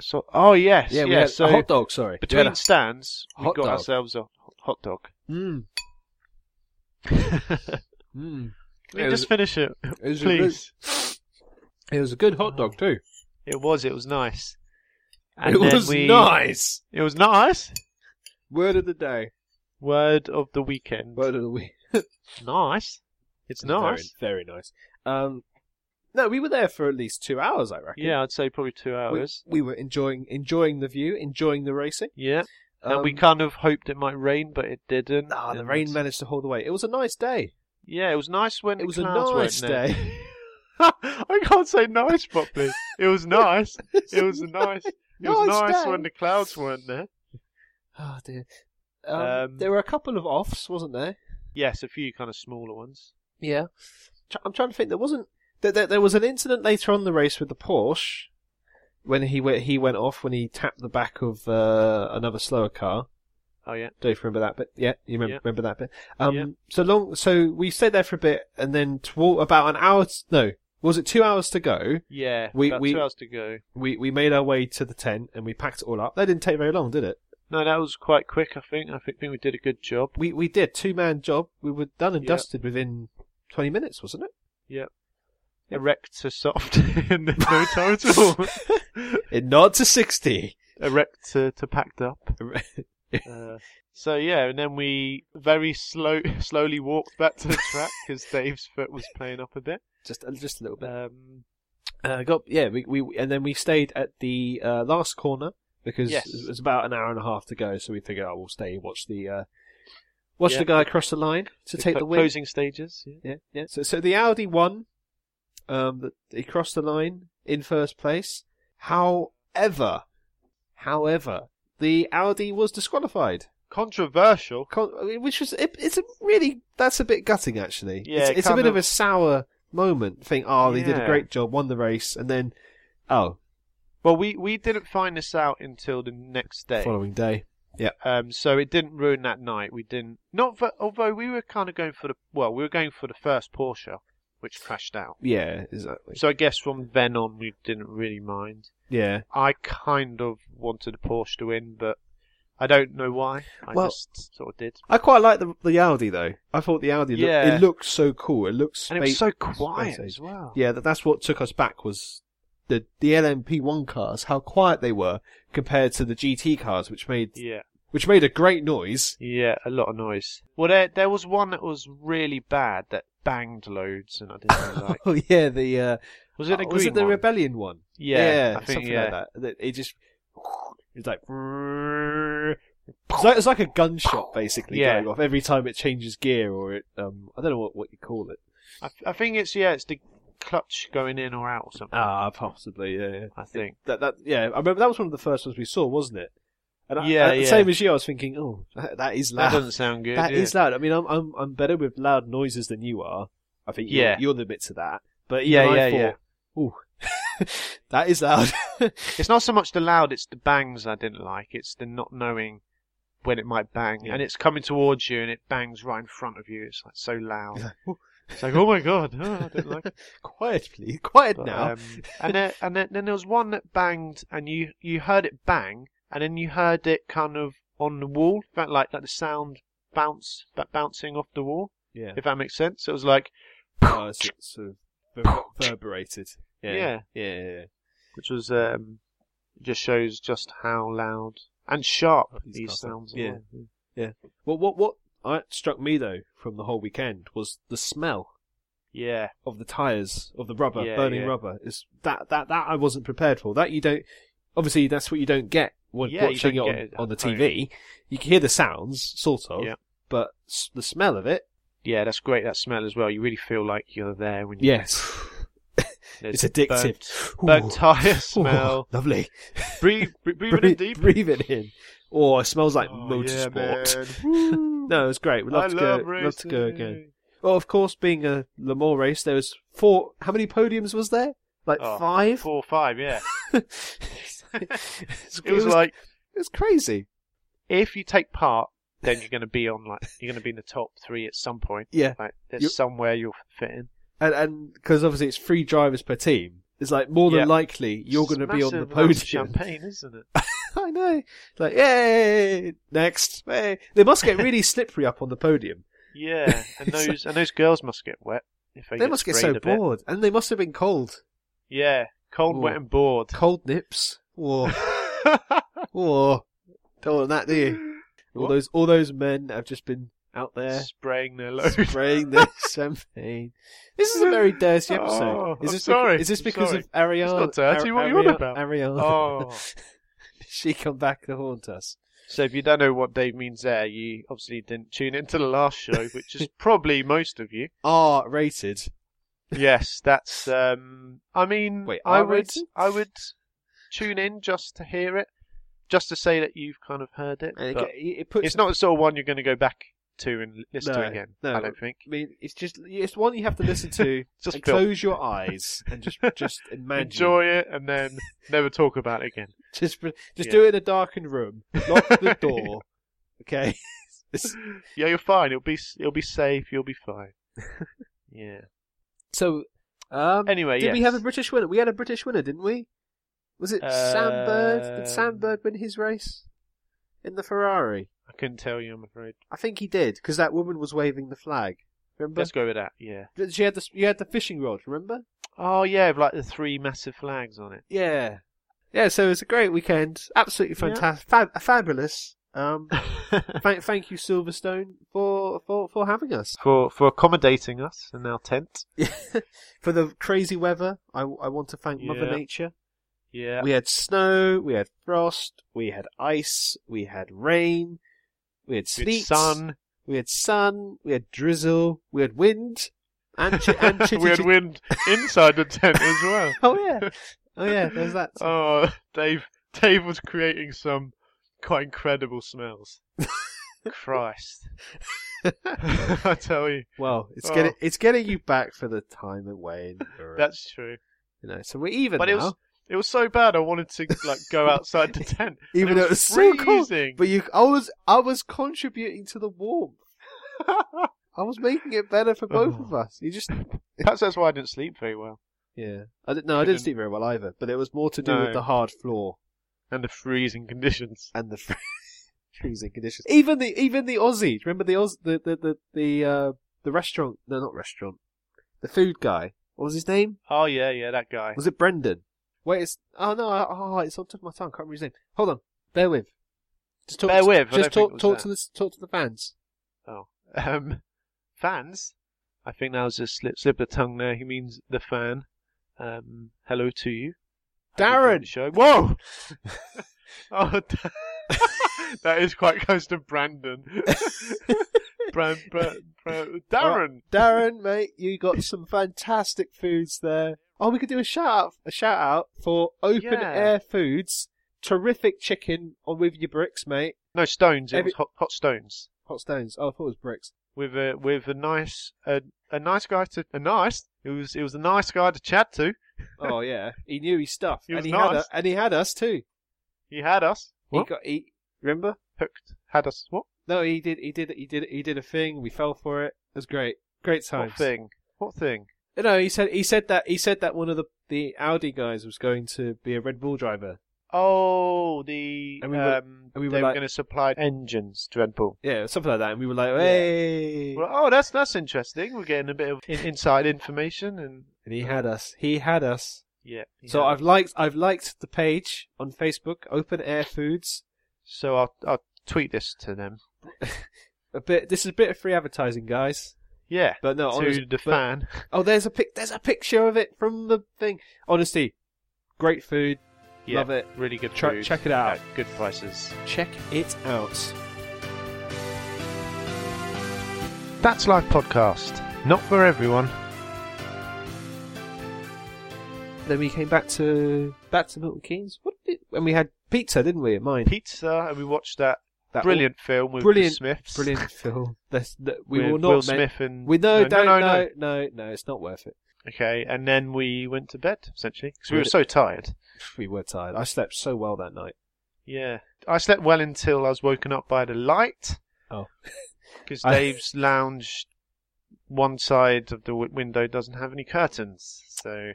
[SPEAKER 2] So, oh, yes.
[SPEAKER 1] Yeah,
[SPEAKER 2] Yeah,
[SPEAKER 1] we had
[SPEAKER 2] so
[SPEAKER 1] a hot dog. Sorry, We
[SPEAKER 2] between
[SPEAKER 1] had a-
[SPEAKER 2] stands, we
[SPEAKER 1] hot
[SPEAKER 2] got
[SPEAKER 1] dog.
[SPEAKER 2] ourselves a hot dog.
[SPEAKER 1] (laughs) Mm.
[SPEAKER 2] Can
[SPEAKER 1] Mm.
[SPEAKER 2] you
[SPEAKER 1] It was-
[SPEAKER 2] just finish it,
[SPEAKER 1] it was a
[SPEAKER 2] please?
[SPEAKER 1] good- It was a good hot dog too.
[SPEAKER 2] It was, it was nice.
[SPEAKER 1] it
[SPEAKER 2] then
[SPEAKER 1] was
[SPEAKER 2] we-
[SPEAKER 1] nice.
[SPEAKER 2] It was nice.
[SPEAKER 1] Word of the day.
[SPEAKER 2] Word of the weekend.
[SPEAKER 1] Word of the week.
[SPEAKER 2] Nice. (laughs) It's nice.
[SPEAKER 1] Very, very nice. Um, no, we were there for at least two hours, I reckon.
[SPEAKER 2] Yeah, I'd say probably two
[SPEAKER 1] we,
[SPEAKER 2] hours.
[SPEAKER 1] we were enjoying enjoying the view, enjoying the racing.
[SPEAKER 2] yeah, and we
[SPEAKER 1] Um,
[SPEAKER 2] kind of hoped it might rain, but it didn't.
[SPEAKER 1] Ah, the
[SPEAKER 2] and-
[SPEAKER 1] rain managed to hold the way. It was a nice day.
[SPEAKER 2] Yeah, it was nice when
[SPEAKER 1] It
[SPEAKER 2] the
[SPEAKER 1] was a
[SPEAKER 2] clouds weren't
[SPEAKER 1] nice
[SPEAKER 2] there.
[SPEAKER 1] day.
[SPEAKER 2] (laughs)
[SPEAKER 1] (laughs)
[SPEAKER 2] I can't say nice properly. It was nice. It was
[SPEAKER 1] (laughs)
[SPEAKER 2] a nice. It
[SPEAKER 1] Nice
[SPEAKER 2] was nice
[SPEAKER 1] day.
[SPEAKER 2] when the clouds weren't there.
[SPEAKER 1] oh dear. Um,
[SPEAKER 2] Um,
[SPEAKER 1] there were a couple of offs, wasn't there?
[SPEAKER 2] Yes, a few kind of smaller ones.
[SPEAKER 1] Yeah. Tr- I'm trying to think. There wasn't. There, there, there was an incident later on in the race with the Porsche when he went he went off when he tapped the back of uh, another slower car.
[SPEAKER 2] Oh yeah,
[SPEAKER 1] Don't you remember that bit? Yeah, you remember,
[SPEAKER 2] Yeah.
[SPEAKER 1] remember that bit. Um,
[SPEAKER 2] Yeah.
[SPEAKER 1] so long. So we stayed there for a bit, and then toward about an hour. t- No, was it two hours to go?
[SPEAKER 2] yeah.
[SPEAKER 1] We-
[SPEAKER 2] about
[SPEAKER 1] we-
[SPEAKER 2] two hours to go.
[SPEAKER 1] We we made our way to the tent and we packed it all up. That didn't take very long, did it?
[SPEAKER 2] No, that was quite quick. I think. I think we did a good job.
[SPEAKER 1] We we did two man job. We were done and
[SPEAKER 2] Yeah.
[SPEAKER 1] dusted within twenty minutes, wasn't it?
[SPEAKER 2] Yep. Erect to soft (laughs) in no time at
[SPEAKER 1] (laughs)
[SPEAKER 2] all.
[SPEAKER 1] It not to sixty.
[SPEAKER 2] Erect to, to packed up. Uh, so yeah, and then we very slow, (laughs) slowly walked back to the
[SPEAKER 1] (laughs)
[SPEAKER 2] track because Dave's foot was playing up a bit.
[SPEAKER 1] just just a little bit.
[SPEAKER 2] Um,
[SPEAKER 1] Uh, got yeah, we, we and then we stayed at the uh, last corner because
[SPEAKER 2] Yes.
[SPEAKER 1] it was about an hour and a half to go, so we figured, oh, we'll stay watch the uh, Watch
[SPEAKER 2] Yeah.
[SPEAKER 1] the guy cross the line to take
[SPEAKER 2] clo-
[SPEAKER 1] the win.
[SPEAKER 2] Closing stages. Yeah.
[SPEAKER 1] Yeah, yeah. So, so the Audi won. Um, th- he crossed the line in first place. However, however, the Audi was disqualified,
[SPEAKER 2] Controversial.
[SPEAKER 1] Con- I mean, which was it, it's a really that's a bit gutting actually.
[SPEAKER 2] Yeah,
[SPEAKER 1] it's,
[SPEAKER 2] it
[SPEAKER 1] it's a
[SPEAKER 2] kind
[SPEAKER 1] bit of
[SPEAKER 2] of-
[SPEAKER 1] a sour moment. Think, oh, they did a
[SPEAKER 2] Yeah.
[SPEAKER 1] great job, won the race, and then oh,
[SPEAKER 2] Well, we, we didn't find this out until the next day.
[SPEAKER 1] following day.
[SPEAKER 2] Um, so it didn't ruin that night. We didn't not for, although we were kind of going for the well, we were going for the first Porsche, which crashed out.
[SPEAKER 1] Yeah, exactly.
[SPEAKER 2] So I guess from then on we didn't really mind.
[SPEAKER 1] Yeah.
[SPEAKER 2] I kind of wanted a Porsche to win, but I don't know why. I
[SPEAKER 1] Well-
[SPEAKER 2] just sort of did.
[SPEAKER 1] I quite like the the Audi though. I thought the Audi looked,
[SPEAKER 2] Yeah.
[SPEAKER 1] it looked so cool. It looked
[SPEAKER 2] And it was
[SPEAKER 1] space-
[SPEAKER 2] so quiet
[SPEAKER 1] space-age.
[SPEAKER 2] as well.
[SPEAKER 1] Yeah, that, that's what took us back was the the LMP1 cars, how quiet they were compared to the GT cars, which made
[SPEAKER 2] Yeah.
[SPEAKER 1] which made a great noise. (laughs)
[SPEAKER 2] Yeah, a lot of noise. Well, there there was one that was really bad that banged loads, and I didn't really like.
[SPEAKER 1] oh yeah, the uh,
[SPEAKER 2] Was it a
[SPEAKER 1] oh, (laughs) was
[SPEAKER 2] green
[SPEAKER 1] it the
[SPEAKER 2] one?
[SPEAKER 1] Rebellion one?
[SPEAKER 2] Yeah, I think,
[SPEAKER 1] something
[SPEAKER 2] yeah.
[SPEAKER 1] like that. that. It just (sighs) it's
[SPEAKER 2] (laughs)
[SPEAKER 1] like it's like, it's like a gunshot basically
[SPEAKER 2] Yeah.
[SPEAKER 1] going off every time it changes gear or it um I don't know what, what you call it.
[SPEAKER 2] I, I think it's yeah, it's the clutch going in or out or something.
[SPEAKER 1] Ah, possibly yeah. yeah.
[SPEAKER 2] I think.
[SPEAKER 1] that that yeah, I remember that was one of the first ones we saw, wasn't it? And I,
[SPEAKER 2] Yeah,
[SPEAKER 1] I,
[SPEAKER 2] yeah.
[SPEAKER 1] same as you, I was thinking, oh, that, that is
[SPEAKER 2] That
[SPEAKER 1] loud.
[SPEAKER 2] doesn't sound good.
[SPEAKER 1] That
[SPEAKER 2] yeah.
[SPEAKER 1] is loud. I mean, I'm I'm I'm better with loud noises than you are. I think you're,
[SPEAKER 2] Yeah.
[SPEAKER 1] you're the bit to that. But
[SPEAKER 2] Yeah,
[SPEAKER 1] even I
[SPEAKER 2] yeah,
[SPEAKER 1] thought, Ooh, (laughs) that is loud. (laughs)
[SPEAKER 2] It's not so much the loud, it's the bangs I didn't like. It's the not knowing when it might bang,
[SPEAKER 1] Yeah.
[SPEAKER 2] and it's coming towards you, and it bangs right in front of you. It's like so loud. It's like, oh my god, (laughs) oh, I don't like it.
[SPEAKER 1] quiet, please, quiet
[SPEAKER 2] But,
[SPEAKER 1] now.
[SPEAKER 2] um,
[SPEAKER 1] (laughs)
[SPEAKER 2] and there, and then, then there was one that banged, and you you heard it bang, and then you heard it kind of on the wall, felt like like the sound bounce, ba- bouncing off the wall.
[SPEAKER 1] yeah,
[SPEAKER 2] If that makes sense, it was like,
[SPEAKER 1] oh, it's sort of rever- reverberated. Yeah, yeah,
[SPEAKER 2] Yeah.
[SPEAKER 1] yeah. yeah.
[SPEAKER 2] which was um, just shows just how loud and sharp
[SPEAKER 1] These
[SPEAKER 2] these
[SPEAKER 1] cars are-
[SPEAKER 2] sounds
[SPEAKER 1] yeah.
[SPEAKER 2] are.
[SPEAKER 1] Well, what what uh, struck me though from the whole weekend was the smell.
[SPEAKER 2] Yeah.
[SPEAKER 1] of the tires of the rubber
[SPEAKER 2] Yeah,
[SPEAKER 1] burning
[SPEAKER 2] yeah.
[SPEAKER 1] rubber is that that that I wasn't prepared for that you don't obviously that's what you don't get when
[SPEAKER 2] Yeah, you
[SPEAKER 1] watching it
[SPEAKER 2] don't
[SPEAKER 1] on,
[SPEAKER 2] get it at
[SPEAKER 1] on the
[SPEAKER 2] home.
[SPEAKER 1] TV you can hear the sounds sort of
[SPEAKER 2] Yeah.
[SPEAKER 1] but s- the smell of it
[SPEAKER 2] Yeah, that's great. That smell as well. You really feel like you're there when you.
[SPEAKER 1] yes it's
[SPEAKER 2] there's
[SPEAKER 1] addictive
[SPEAKER 2] burnt-
[SPEAKER 1] Ooh.
[SPEAKER 2] Burnt,
[SPEAKER 1] (laughs)
[SPEAKER 2] tire
[SPEAKER 1] Ooh,
[SPEAKER 2] smell.
[SPEAKER 1] lovely
[SPEAKER 2] breathe, breathe, breathe it in
[SPEAKER 1] breathe,
[SPEAKER 2] deep.
[SPEAKER 1] breathe it in or it smells like
[SPEAKER 2] Oh, yeah,
[SPEAKER 1] motorsport (laughs)
[SPEAKER 2] man.
[SPEAKER 1] no it's great we'd love
[SPEAKER 2] I
[SPEAKER 1] to
[SPEAKER 2] love
[SPEAKER 1] go love to go
[SPEAKER 2] racing.
[SPEAKER 1] again well of course being a Le Mans race there was four how many podiums was there like
[SPEAKER 2] Oh,
[SPEAKER 1] five
[SPEAKER 2] Four, or five. Yeah.
[SPEAKER 1] (laughs) It's-
[SPEAKER 2] (laughs) It was like
[SPEAKER 1] it's crazy
[SPEAKER 2] if you take part, then you're going to be on like you're going to be in the top three at some point.
[SPEAKER 1] yeah
[SPEAKER 2] Like there's
[SPEAKER 1] You-
[SPEAKER 2] somewhere you'll fit in.
[SPEAKER 1] and and because obviously it's three drivers per team, it's like more than
[SPEAKER 2] Yeah.
[SPEAKER 1] likely you're going to be on the
[SPEAKER 2] Massive amount of
[SPEAKER 1] podium.
[SPEAKER 2] Champagne, isn't it?
[SPEAKER 1] (laughs) I know. It's Like, yay! Next, hey. They must get really slippery up on the podium. (laughs)
[SPEAKER 2] Yeah, and
[SPEAKER 1] It's
[SPEAKER 2] those
[SPEAKER 1] like-
[SPEAKER 2] and those girls must get wet if they,
[SPEAKER 1] They must get so
[SPEAKER 2] sprayed a bit.
[SPEAKER 1] bored, and they must have been cold.
[SPEAKER 2] Yeah, cold,
[SPEAKER 1] Ooh.
[SPEAKER 2] wet,
[SPEAKER 1] (laughs)
[SPEAKER 2] and bored.
[SPEAKER 1] Cold nips. Or, or don't want that, do you?
[SPEAKER 2] (laughs)
[SPEAKER 1] All
[SPEAKER 2] What?
[SPEAKER 1] those, all those men have just been out there
[SPEAKER 2] Spraying their load.
[SPEAKER 1] spraying
[SPEAKER 2] (laughs)
[SPEAKER 1] their champagne. This is a very dirty episode.
[SPEAKER 2] Oh,
[SPEAKER 1] is
[SPEAKER 2] I'm
[SPEAKER 1] this
[SPEAKER 2] sorry,
[SPEAKER 1] Because, is this
[SPEAKER 2] I'm
[SPEAKER 1] because
[SPEAKER 2] sorry.
[SPEAKER 1] of Ariana?
[SPEAKER 2] It's not dirty,
[SPEAKER 1] Ari-
[SPEAKER 2] what are you on
[SPEAKER 1] Ari-
[SPEAKER 2] about?
[SPEAKER 1] Ariana.
[SPEAKER 2] Oh.
[SPEAKER 1] (laughs) she come back to haunt us.
[SPEAKER 2] So if you don't know what Dave means there, you obviously didn't tune into the last show, which
[SPEAKER 1] (laughs)
[SPEAKER 2] is probably most of you.
[SPEAKER 1] R rated. (laughs)
[SPEAKER 2] Yes, that's. um I mean,
[SPEAKER 1] Wait,
[SPEAKER 2] I would,
[SPEAKER 1] R-rated?
[SPEAKER 2] I would tune in just to hear it, just to say that you've kind of heard it.
[SPEAKER 1] And it,
[SPEAKER 2] but
[SPEAKER 1] ge- it puts.
[SPEAKER 2] it's not the sort of one you're going to go back to and listen
[SPEAKER 1] No,
[SPEAKER 2] to again.
[SPEAKER 1] no.
[SPEAKER 2] I don't think.
[SPEAKER 1] I mean, it's just it's one you have to listen to.
[SPEAKER 2] (laughs) Just
[SPEAKER 1] and
[SPEAKER 2] feel-
[SPEAKER 1] close your eyes and
[SPEAKER 2] (laughs)
[SPEAKER 1] just just imagine.
[SPEAKER 2] Enjoy it
[SPEAKER 1] (laughs)
[SPEAKER 2] and then never talk about it again.
[SPEAKER 1] Just pre- just
[SPEAKER 2] Yeah.
[SPEAKER 1] do it in a darkened room. Lock
[SPEAKER 2] (laughs)
[SPEAKER 1] the door. Okay. (laughs) It's-
[SPEAKER 2] Yeah, you're fine. It'll be it'll be safe. You'll
[SPEAKER 1] (laughs)
[SPEAKER 2] be fine. yeah.
[SPEAKER 1] so. Um,
[SPEAKER 2] Anyway,
[SPEAKER 1] did we
[SPEAKER 2] yes.
[SPEAKER 1] have a British winner? We had a British winner, didn't we? Was it Sam Bird? Did Sam
[SPEAKER 2] Um,
[SPEAKER 1] Bird win his race in the Ferrari?
[SPEAKER 2] I couldn't tell you. I'm afraid.
[SPEAKER 1] I think he did because that woman was waving the flag. Remember?
[SPEAKER 2] Let's go with that. Yeah.
[SPEAKER 1] She had the you had the fishing rod. Remember?
[SPEAKER 2] Oh yeah, with like the three massive flags
[SPEAKER 1] (laughs)
[SPEAKER 2] on it.
[SPEAKER 1] Yeah. Yeah, so it was a great weekend. Absolutely
[SPEAKER 2] Yeah.
[SPEAKER 1] fantastic. Fab- fabulous.
[SPEAKER 2] (laughs)
[SPEAKER 1] Um, thank, thank you, Silverstone, for, for, for having us.
[SPEAKER 2] for for accommodating us in our tent.
[SPEAKER 1] for the crazy weather, I, I want to thank Mother
[SPEAKER 2] Yeah.
[SPEAKER 1] Nature.
[SPEAKER 2] Yeah.
[SPEAKER 1] We had snow, we had frost, we had ice, we had rain, we had
[SPEAKER 2] Good
[SPEAKER 1] sleet,
[SPEAKER 2] sun.
[SPEAKER 1] we we had sun, we had drizzle, we had wind, and, chi-
[SPEAKER 2] (laughs)
[SPEAKER 1] and chitty
[SPEAKER 2] we had
[SPEAKER 1] chitty-
[SPEAKER 2] wind inside the tent as well.
[SPEAKER 1] (laughs) Oh yeah, oh yeah. There's
[SPEAKER 2] (laughs)
[SPEAKER 1] that.
[SPEAKER 2] Oh, Dave, Dave was creating some quite
[SPEAKER 1] (laughs)
[SPEAKER 2] incredible smells. Christ, (laughs) I tell you,
[SPEAKER 1] Well, it's
[SPEAKER 2] Oh.
[SPEAKER 1] getting it's getting you back for the time
[SPEAKER 2] (laughs)
[SPEAKER 1] away. in Europe,
[SPEAKER 2] that's true.
[SPEAKER 1] you know. So we're even
[SPEAKER 2] But
[SPEAKER 1] now.
[SPEAKER 2] it was it was so bad. I wanted to like go outside the tent, and
[SPEAKER 1] (laughs) even though it was so cold,
[SPEAKER 2] freezing.
[SPEAKER 1] but you, I was I was contributing to the
[SPEAKER 2] (laughs)
[SPEAKER 1] warmth. I was making it better for both
[SPEAKER 2] Oh.
[SPEAKER 1] of us. You just
[SPEAKER 2] Perhaps that's why I didn't sleep very well.
[SPEAKER 1] yeah. I didn't. No, I didn't sleep very well either. But it was more to do with
[SPEAKER 2] No.
[SPEAKER 1] the hard floor.
[SPEAKER 2] And the freezing conditions.
[SPEAKER 1] (laughs) and the fr- freezing conditions. Even the even the Aussie. do you Remember the Oz the the the the, uh, the restaurant? No, not restaurant. The food guy. What was his name?
[SPEAKER 2] Oh yeah, yeah, that guy.
[SPEAKER 1] Was it Brendan? Wait, it's oh no, I- oh it's on top of my tongue. Can't remember his name. Hold on, bear with. Just talk.
[SPEAKER 2] Bear
[SPEAKER 1] to,
[SPEAKER 2] with, I
[SPEAKER 1] Just
[SPEAKER 2] don't think
[SPEAKER 1] talk.
[SPEAKER 2] it was
[SPEAKER 1] Talk
[SPEAKER 2] that.
[SPEAKER 1] to the talk to the fans.
[SPEAKER 2] Oh, um, fans. I think that was a slip slip of the tongue there. He means the fan. Um, hello to you, Hope you enjoyed the
[SPEAKER 1] Darren.
[SPEAKER 2] Show.
[SPEAKER 1] (laughs)
[SPEAKER 2] Whoa. oh, (laughs) that is quite close to Brandon. (laughs) Bran, Bran, Bran, Darren. (laughs)
[SPEAKER 1] Darren, mate, you got some fantastic foods there. Oh, we could do a shout out, a shout out for open
[SPEAKER 2] Yeah.
[SPEAKER 1] air foods. Terrific chicken on with your bricks, mate.
[SPEAKER 2] No stones. It
[SPEAKER 1] Every-
[SPEAKER 2] was hot, hot stones
[SPEAKER 1] Hot stones. Oh, I thought it was bricks.
[SPEAKER 2] with a with a nice a, a nice guy to a nice. It was it was a nice guy to chat to. (laughs)
[SPEAKER 1] Oh yeah, he knew his stuff,
[SPEAKER 2] He
[SPEAKER 1] and
[SPEAKER 2] was
[SPEAKER 1] he had
[SPEAKER 2] nice.
[SPEAKER 1] us, and he had us too.
[SPEAKER 2] He had us.
[SPEAKER 1] He got he remember?
[SPEAKER 2] hooked. Had us what?
[SPEAKER 1] No, he did. He did. He did. He did a thing. We fell for it. It was great. Great times.
[SPEAKER 2] What thing? What thing?
[SPEAKER 1] No, he said. He said that. He said that one of the the Audi guys was going to be a Red Bull driver.
[SPEAKER 2] Oh, the
[SPEAKER 1] And we were-
[SPEAKER 2] um,
[SPEAKER 1] and we were
[SPEAKER 2] they were
[SPEAKER 1] like-
[SPEAKER 2] going to supply engines to Red Bull.
[SPEAKER 1] Yeah, something like that. And we were like, hey.
[SPEAKER 2] Well, oh, that's that's interesting. We're getting a bit of in, inside information, and
[SPEAKER 1] And he had us. He had us.
[SPEAKER 2] yeah. he
[SPEAKER 1] So
[SPEAKER 2] had
[SPEAKER 1] I've
[SPEAKER 2] it.
[SPEAKER 1] liked. I've liked the page on Facebook. Open Air Foods.
[SPEAKER 2] so I'll I'll tweet this to them.
[SPEAKER 1] A bit. This is a bit of free advertising, guys.
[SPEAKER 2] Yeah,
[SPEAKER 1] But no,
[SPEAKER 2] to
[SPEAKER 1] honest-
[SPEAKER 2] the
[SPEAKER 1] but-
[SPEAKER 2] fan.
[SPEAKER 1] Oh, there's a pic. There's a picture of it from the thing. Honestly, great food.
[SPEAKER 2] Yeah,
[SPEAKER 1] love it.
[SPEAKER 2] Really good.
[SPEAKER 1] Check-
[SPEAKER 2] food,
[SPEAKER 1] check it out.
[SPEAKER 2] at Good prices.
[SPEAKER 1] Check it out.
[SPEAKER 2] That's Life podcast. Not for everyone.
[SPEAKER 1] Then we came back to back to Milton Keynes. What did and we had pizza, didn't we? At mine.
[SPEAKER 2] Pizza, and we watched that,
[SPEAKER 1] That
[SPEAKER 2] brilliant film with
[SPEAKER 1] brilliant,
[SPEAKER 2] the Smiths. (laughs)
[SPEAKER 1] brilliant film. That's- that- we
[SPEAKER 2] With
[SPEAKER 1] will not
[SPEAKER 2] Will
[SPEAKER 1] men-
[SPEAKER 2] Smith and-
[SPEAKER 1] we no,
[SPEAKER 2] no, no,
[SPEAKER 1] don't,
[SPEAKER 2] no,
[SPEAKER 1] no, no, no, It's not worth it.
[SPEAKER 2] Okay, and then we went to bed essentially because we
[SPEAKER 1] We
[SPEAKER 2] were
[SPEAKER 1] did-
[SPEAKER 2] so tired.
[SPEAKER 1] We were tired. I slept so well that night.
[SPEAKER 2] Yeah, I slept well until I was woken up by the light.
[SPEAKER 1] Oh,
[SPEAKER 2] Because
[SPEAKER 1] I-
[SPEAKER 2] Dave's lounge, one side of the w- window doesn't have any curtains. So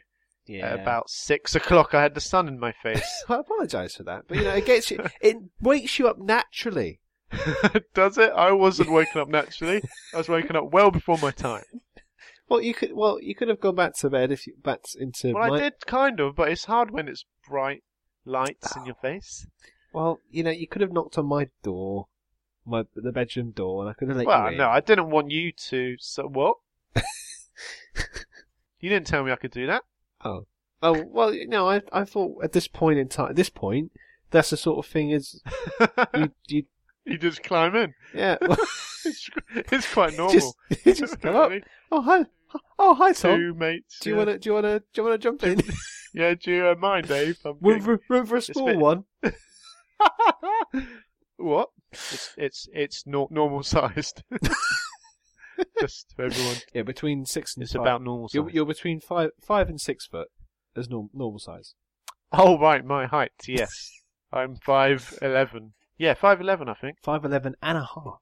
[SPEAKER 2] at about six o'clock, I had the sun in my
[SPEAKER 1] (laughs)
[SPEAKER 2] face. (laughs)
[SPEAKER 1] I apologise for that, but you know it gets you. It wakes you up naturally.
[SPEAKER 2] Does it? I wasn't woken up naturally. I was woken up well before my time.
[SPEAKER 1] Well, you could. Well, you could have gone back to bed if you back into.
[SPEAKER 2] Well, I
[SPEAKER 1] my-
[SPEAKER 2] did kind of, but it's hard when it's bright lights
[SPEAKER 1] Ah.
[SPEAKER 2] in your face.
[SPEAKER 1] Well, you know, you could have knocked on my door, my the bedroom door, and I could have let
[SPEAKER 2] Well,
[SPEAKER 1] you in.
[SPEAKER 2] no, I didn't want you to.
[SPEAKER 1] (laughs)
[SPEAKER 2] So what? you didn't tell me I could do that.
[SPEAKER 1] Oh, oh, well, you know, I I thought at this point in time, at this point, that's the sort of thing
[SPEAKER 2] (laughs)
[SPEAKER 1] is you, you
[SPEAKER 2] you just climb in.
[SPEAKER 1] yeah. (laughs) well,
[SPEAKER 2] It's,
[SPEAKER 1] (laughs)
[SPEAKER 2] it's quite normal.
[SPEAKER 1] Just, you
[SPEAKER 2] (laughs)
[SPEAKER 1] just come up.
[SPEAKER 2] Really.
[SPEAKER 1] Oh hi, oh hi Tom.
[SPEAKER 2] Two mates.
[SPEAKER 1] do you
[SPEAKER 2] yeah.
[SPEAKER 1] want to do you want to do you want to jump
[SPEAKER 2] (laughs)
[SPEAKER 1] in?
[SPEAKER 2] Yeah, do you uh, mind, Dave? I'm
[SPEAKER 1] room,
[SPEAKER 2] getting-
[SPEAKER 1] for, room for a
[SPEAKER 2] It's a
[SPEAKER 1] small
[SPEAKER 2] bit-
[SPEAKER 1] one.
[SPEAKER 2] what? It's it's it's nor normal sized. (laughs) Just to everyone,
[SPEAKER 1] Yeah, between six and
[SPEAKER 2] it's
[SPEAKER 1] five.
[SPEAKER 2] about normal size.
[SPEAKER 1] You're, you're between five five and six foot as norm, normal size.
[SPEAKER 2] Oh right, my height. Yes, (laughs) I'm five eleven. Yeah, five eleven, I think,
[SPEAKER 1] Five eleven and a half.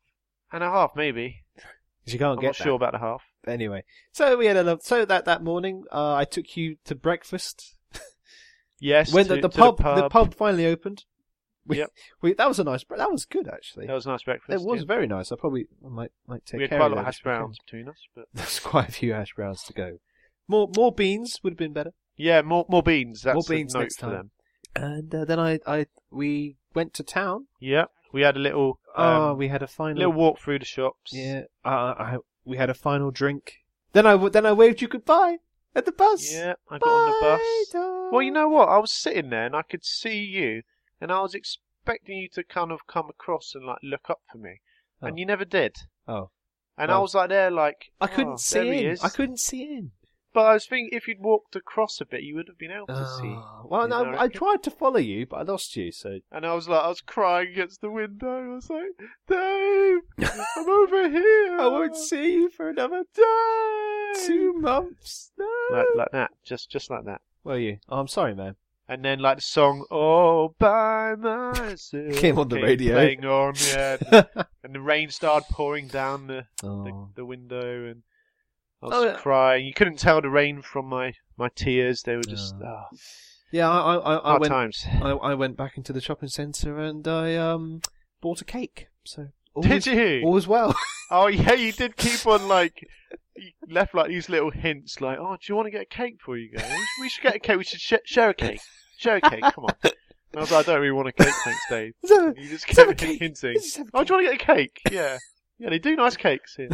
[SPEAKER 2] and a half maybe.
[SPEAKER 1] 'Cause You can't
[SPEAKER 2] I'm
[SPEAKER 1] get
[SPEAKER 2] not
[SPEAKER 1] that.
[SPEAKER 2] sure about the half.
[SPEAKER 1] anyway, so we had a love. So that that morning, uh, I took you to breakfast
[SPEAKER 2] Yes,
[SPEAKER 1] when
[SPEAKER 2] to-
[SPEAKER 1] the, the,
[SPEAKER 2] to
[SPEAKER 1] pub,
[SPEAKER 2] the pub.
[SPEAKER 1] the pub finally opened. We,
[SPEAKER 2] Yep.
[SPEAKER 1] (laughs) we, that was a nice. bre- That was good actually.
[SPEAKER 2] That was a nice breakfast.
[SPEAKER 1] it was
[SPEAKER 2] yeah.
[SPEAKER 1] very nice. I probably I might might take
[SPEAKER 2] We had
[SPEAKER 1] care
[SPEAKER 2] quite a
[SPEAKER 1] of
[SPEAKER 2] lot
[SPEAKER 1] that
[SPEAKER 2] of hash
[SPEAKER 1] this weekend.
[SPEAKER 2] browns between us, but
[SPEAKER 1] (laughs) There's quite a few hash browns to go. More more beans would have been better.
[SPEAKER 2] yeah, more more beans. That's
[SPEAKER 1] More
[SPEAKER 2] the
[SPEAKER 1] beans
[SPEAKER 2] note
[SPEAKER 1] next
[SPEAKER 2] for
[SPEAKER 1] time.
[SPEAKER 2] them.
[SPEAKER 1] And uh, then I, I we went to town.
[SPEAKER 2] Yeah, we had a little
[SPEAKER 1] Ah,
[SPEAKER 2] um,
[SPEAKER 1] we had a final
[SPEAKER 2] little walk through the shops.
[SPEAKER 1] Yeah, uh, I, we had a final drink. Then I w- then I waved you goodbye at the bus.
[SPEAKER 2] Yeah, I got on the
[SPEAKER 1] Bye,
[SPEAKER 2] bus.
[SPEAKER 1] Dom.
[SPEAKER 2] Well, you know what? I was sitting there and I could see you, and I was expecting you to kind of come across and like look up for me.
[SPEAKER 1] Oh.
[SPEAKER 2] and you never did.
[SPEAKER 1] Oh.
[SPEAKER 2] And
[SPEAKER 1] Oh.
[SPEAKER 2] I was like there, like
[SPEAKER 1] I
[SPEAKER 2] "Oh,
[SPEAKER 1] couldn't see
[SPEAKER 2] there he
[SPEAKER 1] in.
[SPEAKER 2] is."
[SPEAKER 1] I couldn't see in.
[SPEAKER 2] But I was thinking, if you'd walked across a bit, you would have been able to see.
[SPEAKER 1] Ah, well,
[SPEAKER 2] Oh, You
[SPEAKER 1] no,
[SPEAKER 2] know,
[SPEAKER 1] I
[SPEAKER 2] reckon?
[SPEAKER 1] tried to follow you, but I lost you. So
[SPEAKER 2] And I was like, I was crying against the window. I was like, Dave, I'm over here.
[SPEAKER 1] (laughs) I won't see you for another day. Two months. No.
[SPEAKER 2] Like, like that, just just like that.
[SPEAKER 1] Were you? Oh, I'm sorry,
[SPEAKER 2] (laughs)
[SPEAKER 1] man.
[SPEAKER 2] And then like the song "All by Myself"
[SPEAKER 1] Came on the radio.
[SPEAKER 2] playing on,
[SPEAKER 1] (laughs)
[SPEAKER 2] yeah. and the rain started pouring down the the,
[SPEAKER 1] Oh.
[SPEAKER 2] the window, and I was
[SPEAKER 1] Oh, yeah.
[SPEAKER 2] crying. You couldn't tell the rain from my my tears. They were just ah,
[SPEAKER 1] Yeah, I, I, I, I
[SPEAKER 2] hard
[SPEAKER 1] went.
[SPEAKER 2] times.
[SPEAKER 1] I, I went back into the shopping centre and I um bought a cake. So all
[SPEAKER 2] Did
[SPEAKER 1] was-
[SPEAKER 2] you?
[SPEAKER 1] All was well. (laughs)
[SPEAKER 2] Oh yeah, you did keep on like you left like these little hints, like oh, do you want to get a cake before you go? We should, we should get a cake. We should sh- share a cake. Share a cake. Come on. And I was like, I don't really want a cake, thanks, Dave.
[SPEAKER 1] So-
[SPEAKER 2] You just
[SPEAKER 1] Let's have a
[SPEAKER 2] kept
[SPEAKER 1] cake.
[SPEAKER 2] hinting.
[SPEAKER 1] Let's just have a
[SPEAKER 2] Oh, do you want to get a cake? Yeah, yeah, they do nice
[SPEAKER 1] (laughs)
[SPEAKER 2] cakes here.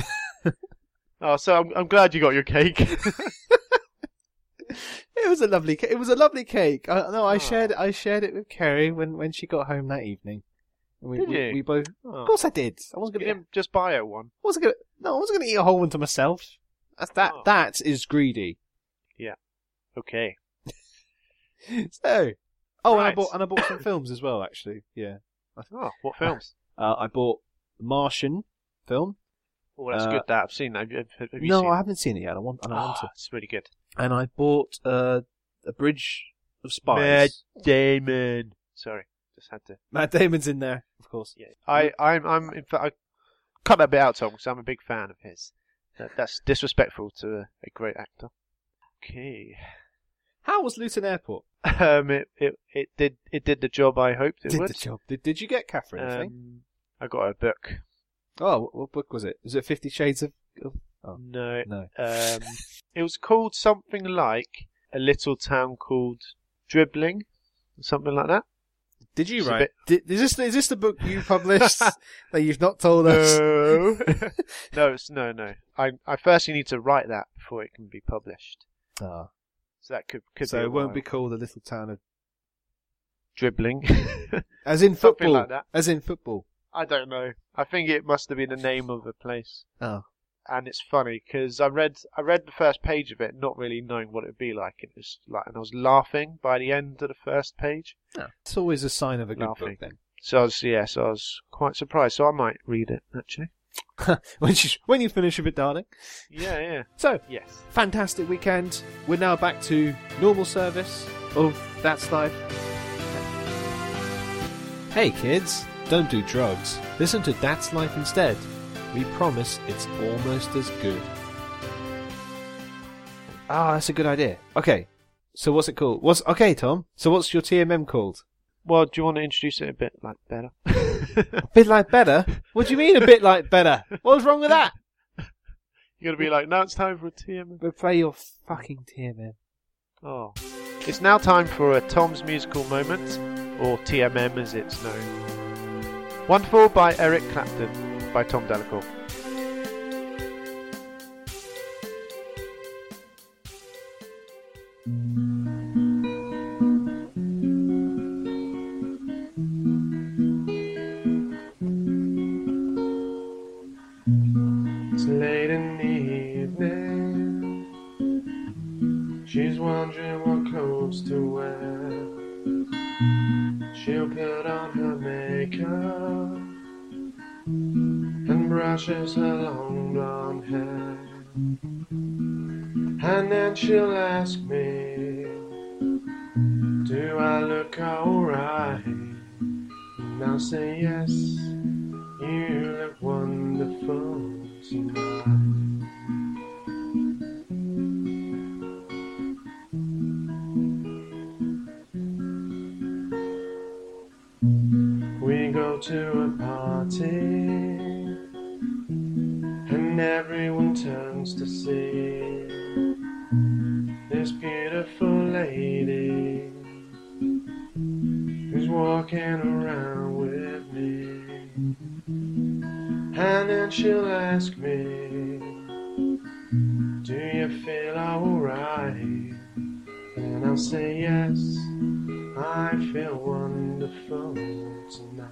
[SPEAKER 2] oh, so I'm, I'm glad you got your cake.
[SPEAKER 1] It was a lovely. ca- It was a lovely cake. I, no,
[SPEAKER 2] Ah.
[SPEAKER 1] I shared. I shared it with Kerry when, when she got home that evening. And We,
[SPEAKER 2] Did
[SPEAKER 1] we,
[SPEAKER 2] you?
[SPEAKER 1] we both.
[SPEAKER 2] Oh.
[SPEAKER 1] Of course, I did. I wasn't
[SPEAKER 2] you
[SPEAKER 1] gonna.
[SPEAKER 2] didn't just buy her one.
[SPEAKER 1] I wasn't gonna. No, I wasn't gonna eat a whole one to myself. That's that.
[SPEAKER 2] Oh.
[SPEAKER 1] That is greedy. (laughs)
[SPEAKER 2] Okay.
[SPEAKER 1] So. Oh, and I
[SPEAKER 2] Right.
[SPEAKER 1] bought and I bought some films as well. Actually, yeah.
[SPEAKER 2] Oh, what films?
[SPEAKER 1] Uh, I bought Martian film.
[SPEAKER 2] Oh, that's
[SPEAKER 1] Uh,
[SPEAKER 2] good. That I've seen. that. Have, you- have, have you
[SPEAKER 1] no,
[SPEAKER 2] seen?
[SPEAKER 1] I
[SPEAKER 2] it?
[SPEAKER 1] haven't seen it yet. I want. And I want
[SPEAKER 2] Ah, (gasps)
[SPEAKER 1] to.
[SPEAKER 2] it's really good.
[SPEAKER 1] And I bought uh, a Bridge of Spies.
[SPEAKER 2] Damon. Sorry, just had to.
[SPEAKER 1] Matt Damon's in there, of course.
[SPEAKER 2] Yeah. I, I'm, I'm. In fact, I cut that bit out, Tom, because I'm a big fan of his. That, that's disrespectful to a, a great actor. Okay. (laughs)
[SPEAKER 1] How was Luton Airport?
[SPEAKER 2] Um, it, it, it did, it did the job I hoped it
[SPEAKER 1] did
[SPEAKER 2] would.
[SPEAKER 1] the job. Did, did you get Catherine? anything?
[SPEAKER 2] Um, I got a book.
[SPEAKER 1] Oh, what, what book was it? Was it Fifty Shades of? of- Oh,
[SPEAKER 2] No.
[SPEAKER 1] no.
[SPEAKER 2] Um, it was called something like a little town called Dribbling, something like that.
[SPEAKER 1] Did you
[SPEAKER 2] It's a
[SPEAKER 1] write?
[SPEAKER 2] bit-
[SPEAKER 1] Did, is this is this the book you (laughs) published that you've not told us?
[SPEAKER 2] No.
[SPEAKER 1] (laughs)
[SPEAKER 2] no, it's no, no. I, I firstly need to write that before it can be published.
[SPEAKER 1] Ah,
[SPEAKER 2] So that (laughs) could, could
[SPEAKER 1] so
[SPEAKER 2] be. a
[SPEAKER 1] it won't
[SPEAKER 2] while.
[SPEAKER 1] be called the little town of,
[SPEAKER 2] (laughs) dribbling. (laughs)
[SPEAKER 1] as in
[SPEAKER 2] Something
[SPEAKER 1] football,
[SPEAKER 2] like that.
[SPEAKER 1] as in football.
[SPEAKER 2] I don't know. I think it must have been the name of a place.
[SPEAKER 1] Oh,
[SPEAKER 2] And it's funny because I read I read the first page of it, not really knowing what it'd be like. It was like, and I was laughing by the end of the first page.
[SPEAKER 1] it's always a sign of a good
[SPEAKER 2] Lovely.
[SPEAKER 1] book. Then
[SPEAKER 2] So I was yeah, so I was quite surprised. So I might read it actually.
[SPEAKER 1] (laughs) when you when you finish with it, darling.
[SPEAKER 2] Yeah, yeah,
[SPEAKER 1] So
[SPEAKER 2] yes.
[SPEAKER 1] fantastic weekend. We're now back to normal service of That's Life. Hey kids, don't do drugs. Listen to That's Life instead. We promise it's almost as good. Ah, that's a good idea. Okay. So what's it called? What's okay, Tom? So what's your TMM called?
[SPEAKER 2] Well, do you want to introduce it a bit like better? (laughs)
[SPEAKER 1] A bit like better. What do you mean a bit like better? What was wrong with that?
[SPEAKER 2] you got to be like, now it's time for a TM.
[SPEAKER 1] But play your fucking TMM.
[SPEAKER 2] Oh, it's now time for a Tom's musical moment, or TMM as it's known. Wonderful by Eric Clapton, by Tom Delacour. It's late in the evening. She's wondering what clothes to wear. She'll put on her makeup and brushes her long blonde hair. And then she'll ask me, Do I look alright? And I'll say yes. You look wonderful tonight. We go to a party, and everyone turns to see this beautiful lady who's walking around with me. And then she'll ask me, Do you feel alright? And I'll say, Yes, I feel wonderful tonight.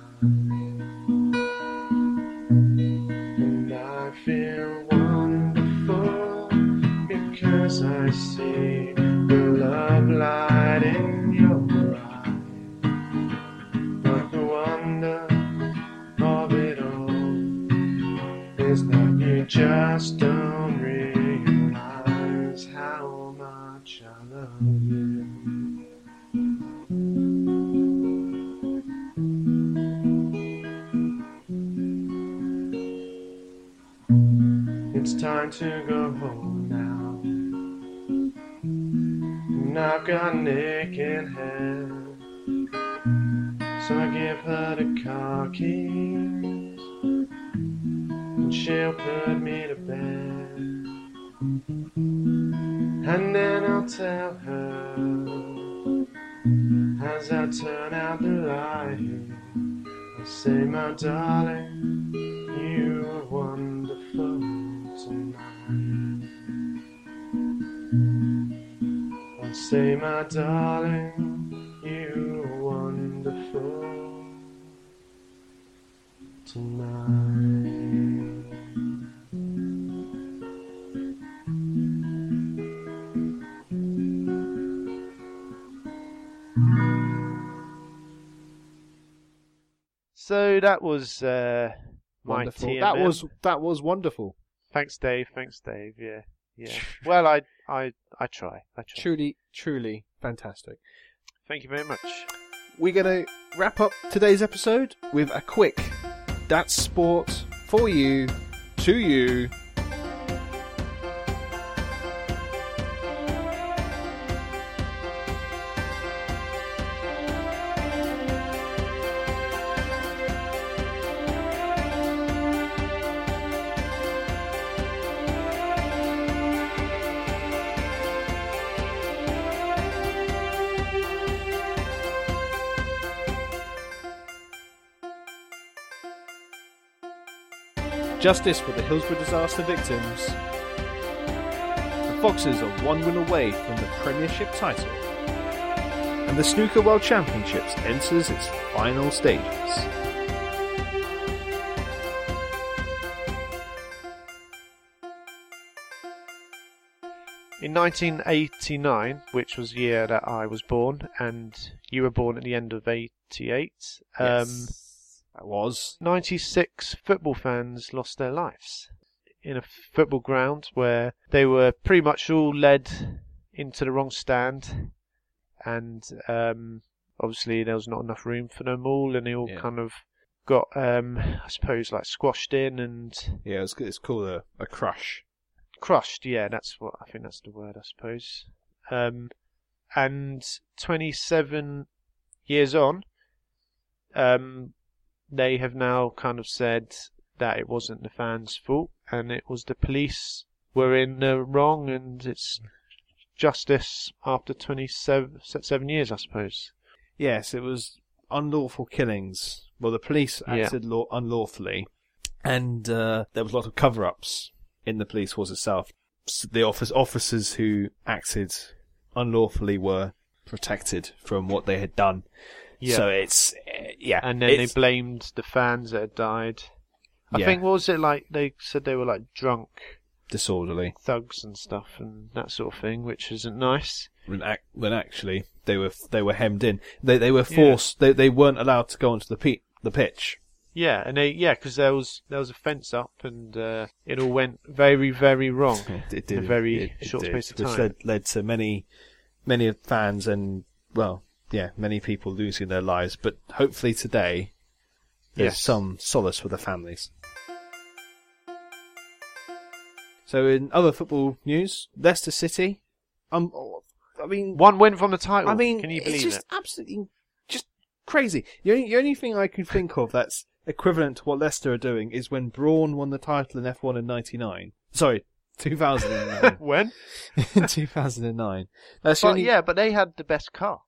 [SPEAKER 7] I see the love light in your eyes. But the wonder of it all is that you just don't realize how much I love you. It's time to go home now. And I've got naked hands. So I give her the car keys. And she'll put me to bed. And then I'll tell her. As I turn out the light, I say, my darling. You are wonderful tonight. I say, my darling, you are wonderful tonight.
[SPEAKER 2] So that was uh, my
[SPEAKER 1] Wonderful.
[SPEAKER 2] TMM.
[SPEAKER 1] That was that was wonderful.
[SPEAKER 2] thanks, Dave. Thanks, Dave. Yeah, yeah. well, I, I, I try. I try.
[SPEAKER 1] Truly, truly fantastic.
[SPEAKER 2] Thank you very much.
[SPEAKER 1] We're gonna wrap up today's episode with a quick that's sport for you to you. Justice for the Hillsborough disaster victims. The Foxes are one win away from the Premiership title. And the Snooker World Championships enters its final stages.
[SPEAKER 2] In 1989, which was the year that I was born, and you were born at the end of 88, um,
[SPEAKER 1] that was.
[SPEAKER 2] 96 football fans lost their lives in a football ground where they were pretty much all led into the wrong stand, and um, obviously there was not enough room for them all, and they all
[SPEAKER 1] Yeah.
[SPEAKER 2] kind of got, um, I suppose, like squashed in and
[SPEAKER 1] Yeah, it's, it's called a, a crush.
[SPEAKER 2] crushed. Yeah, that's what I think that's the word, I suppose. Um, and 27 years on, um, they have now kind of said that it wasn't the fans' fault and it was the police were in the wrong and it's justice after 27 se- seven years, I suppose.
[SPEAKER 1] Yes, it was unlawful killings. Well, the police
[SPEAKER 2] Yeah.
[SPEAKER 1] acted law- unlawfully, and uh, there was a lot of cover-ups in the police force itself. S the office officers who acted unlawfully were protected from what they had done. So it's eh, yeah,
[SPEAKER 2] and then
[SPEAKER 1] it's-
[SPEAKER 2] they blamed the fans that had died. I
[SPEAKER 1] Yeah.
[SPEAKER 2] think, what was it like? They said they were like drunk.
[SPEAKER 1] disorderly
[SPEAKER 2] thugs and stuff and that sort of thing, which isn't nice.
[SPEAKER 1] when, ac- when actually they were they were hemmed in. They they were
[SPEAKER 2] Yeah.
[SPEAKER 1] forced. They they weren't allowed to go onto the pe- the pitch.
[SPEAKER 2] Yeah, and they yeah, 'cause there was there was a fence up and uh, it all went very
[SPEAKER 1] (laughs)
[SPEAKER 2] very wrong.
[SPEAKER 1] It
[SPEAKER 2] (laughs) in a very short space of
[SPEAKER 1] which
[SPEAKER 2] time.
[SPEAKER 1] led, led to many, many of fans and well, yeah, many people losing their lives. But hopefully today, there's
[SPEAKER 2] Yes.
[SPEAKER 1] some solace for the families. So in other football news, Leicester City, um, I mean,
[SPEAKER 2] One win from the title.
[SPEAKER 1] I mean,
[SPEAKER 2] can you
[SPEAKER 1] it's
[SPEAKER 2] believe
[SPEAKER 1] just
[SPEAKER 2] it?
[SPEAKER 1] absolutely just crazy. The only, the only thing I can think of that's equivalent to what Leicester are doing is when Braun won the title in F1 in '99. Sorry, (laughs) 2009.
[SPEAKER 2] when?
[SPEAKER 1] (laughs) in 2009. That's the
[SPEAKER 2] But
[SPEAKER 1] only-
[SPEAKER 2] yeah, but they had the best car.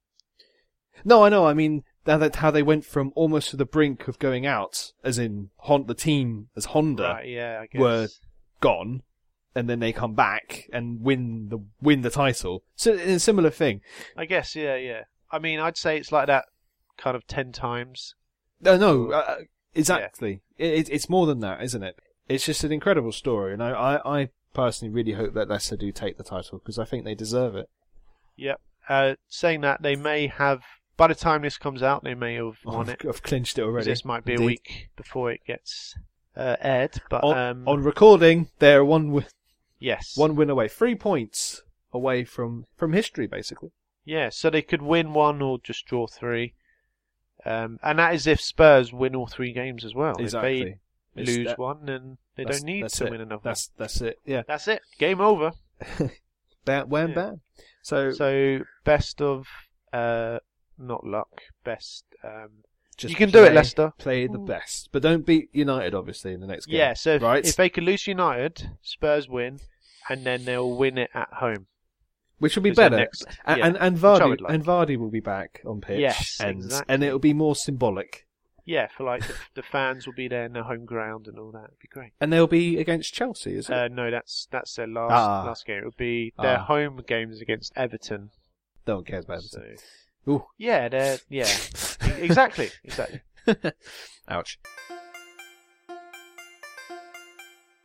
[SPEAKER 1] No, I know. I mean, that, that how they went from almost to the brink of going out, as in Hon- the team as Honda
[SPEAKER 2] Right, yeah, I guess.
[SPEAKER 1] were gone, and then they come back and win the win the title. So in a similar thing.
[SPEAKER 2] I guess, yeah, yeah. I mean, I'd say it's like that kind of ten times.
[SPEAKER 1] No, no, uh, exactly. It, it, it's more than that, isn't it? It's just an incredible story, and I, I, I personally really hope that Leicester do take the title because I think they deserve it.
[SPEAKER 2] Yep. Uh, saying that, they may have, by the time this comes out, they may have
[SPEAKER 1] I've,
[SPEAKER 2] won it.
[SPEAKER 1] I've clinched it
[SPEAKER 2] 'cause
[SPEAKER 1] already.
[SPEAKER 2] This might be a
[SPEAKER 1] Oh, Indeed.
[SPEAKER 2] week before it gets uh, aired. But
[SPEAKER 1] on,
[SPEAKER 2] um,
[SPEAKER 1] on recording, they're one wi-
[SPEAKER 2] yes.
[SPEAKER 1] one win away, three points away from from history, basically.
[SPEAKER 2] Yeah, so they could win one or just draw three. Um, and that is if Spurs win all three games as well. If they
[SPEAKER 1] It's
[SPEAKER 2] lose
[SPEAKER 1] that-
[SPEAKER 2] one, then they
[SPEAKER 1] that's-
[SPEAKER 2] don't need
[SPEAKER 1] that's
[SPEAKER 2] to
[SPEAKER 1] it.
[SPEAKER 2] win another
[SPEAKER 1] That's that's it. Yeah,
[SPEAKER 2] one. That's it. Game over.
[SPEAKER 1] bam, wham,
[SPEAKER 2] Yeah.
[SPEAKER 1] bam. So,
[SPEAKER 2] So best of uh, not luck, best. Um,
[SPEAKER 1] just
[SPEAKER 2] you can do it,
[SPEAKER 1] play-
[SPEAKER 2] Leicester.
[SPEAKER 1] Play the best, but don't beat United, obviously, in the next game.
[SPEAKER 2] yeah. So if,
[SPEAKER 1] right,
[SPEAKER 2] if they could lose United, Spurs win, and then they'll win it at home.
[SPEAKER 1] which will be
[SPEAKER 2] is their
[SPEAKER 1] better.
[SPEAKER 2] next-
[SPEAKER 1] A-
[SPEAKER 2] yeah,
[SPEAKER 1] and and
[SPEAKER 2] which I
[SPEAKER 1] Vardy
[SPEAKER 2] would like.
[SPEAKER 1] and Vardy will be back on pitch.
[SPEAKER 2] Yes,
[SPEAKER 1] and
[SPEAKER 2] exactly.
[SPEAKER 1] and it'll be more symbolic.
[SPEAKER 2] Yeah, for like the, the fans will be there in their home ground and all that. It'd be great.
[SPEAKER 1] And they'll be against Chelsea, is it?
[SPEAKER 2] Uh, no, that's that's their last
[SPEAKER 1] Ah.
[SPEAKER 2] last game. It would be their
[SPEAKER 1] Ah.
[SPEAKER 2] home games against Everton.
[SPEAKER 1] no one cares about it.
[SPEAKER 2] So
[SPEAKER 1] Ooh.
[SPEAKER 2] yeah, they're yeah,
[SPEAKER 1] (laughs)
[SPEAKER 2] E- exactly, exactly.
[SPEAKER 1] Ouch.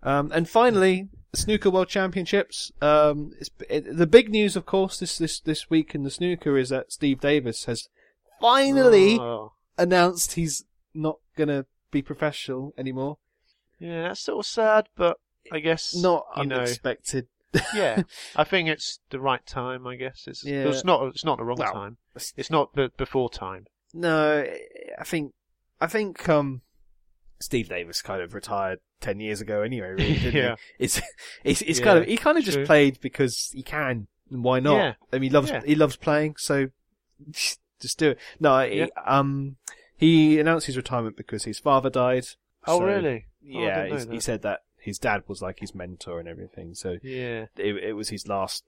[SPEAKER 1] Um, and finally, snooker world championships. Um, it's, it, the big news, of course, this this this week in the snooker is that Steve Davis has finally
[SPEAKER 2] Oh.
[SPEAKER 1] announced he's not gonna be professional anymore.
[SPEAKER 2] Yeah, that's sort of sad, but I guess
[SPEAKER 1] Not
[SPEAKER 2] You
[SPEAKER 1] (laughs)
[SPEAKER 2] know,
[SPEAKER 1] unexpected.
[SPEAKER 2] yeah, I think it's the right time. I guess it's
[SPEAKER 1] Yeah.
[SPEAKER 2] it's not it's not the wrong
[SPEAKER 1] Well,
[SPEAKER 2] time. It's not the before time.
[SPEAKER 1] No, I think I think um Steve Davis kind of retired ten years ago anyway.
[SPEAKER 2] (laughs)
[SPEAKER 1] Really, didn't
[SPEAKER 2] Yeah.
[SPEAKER 1] he? it's it's, it's
[SPEAKER 2] Yeah,
[SPEAKER 1] kind of he kind of just
[SPEAKER 2] true.
[SPEAKER 1] played because he can. and Why not?
[SPEAKER 2] Yeah.
[SPEAKER 1] I mean, he loves
[SPEAKER 2] Yeah.
[SPEAKER 1] he loves playing, so (laughs) just do it. No, he-
[SPEAKER 2] Yeah.
[SPEAKER 1] um, he announced his retirement because his father died.
[SPEAKER 2] Oh
[SPEAKER 1] so-
[SPEAKER 2] really? Oh, I
[SPEAKER 1] Yeah,
[SPEAKER 2] didn't know
[SPEAKER 1] he's- he
[SPEAKER 2] that.
[SPEAKER 1] said that his dad was like his mentor and everything. So
[SPEAKER 2] Yeah,
[SPEAKER 1] it, it was his last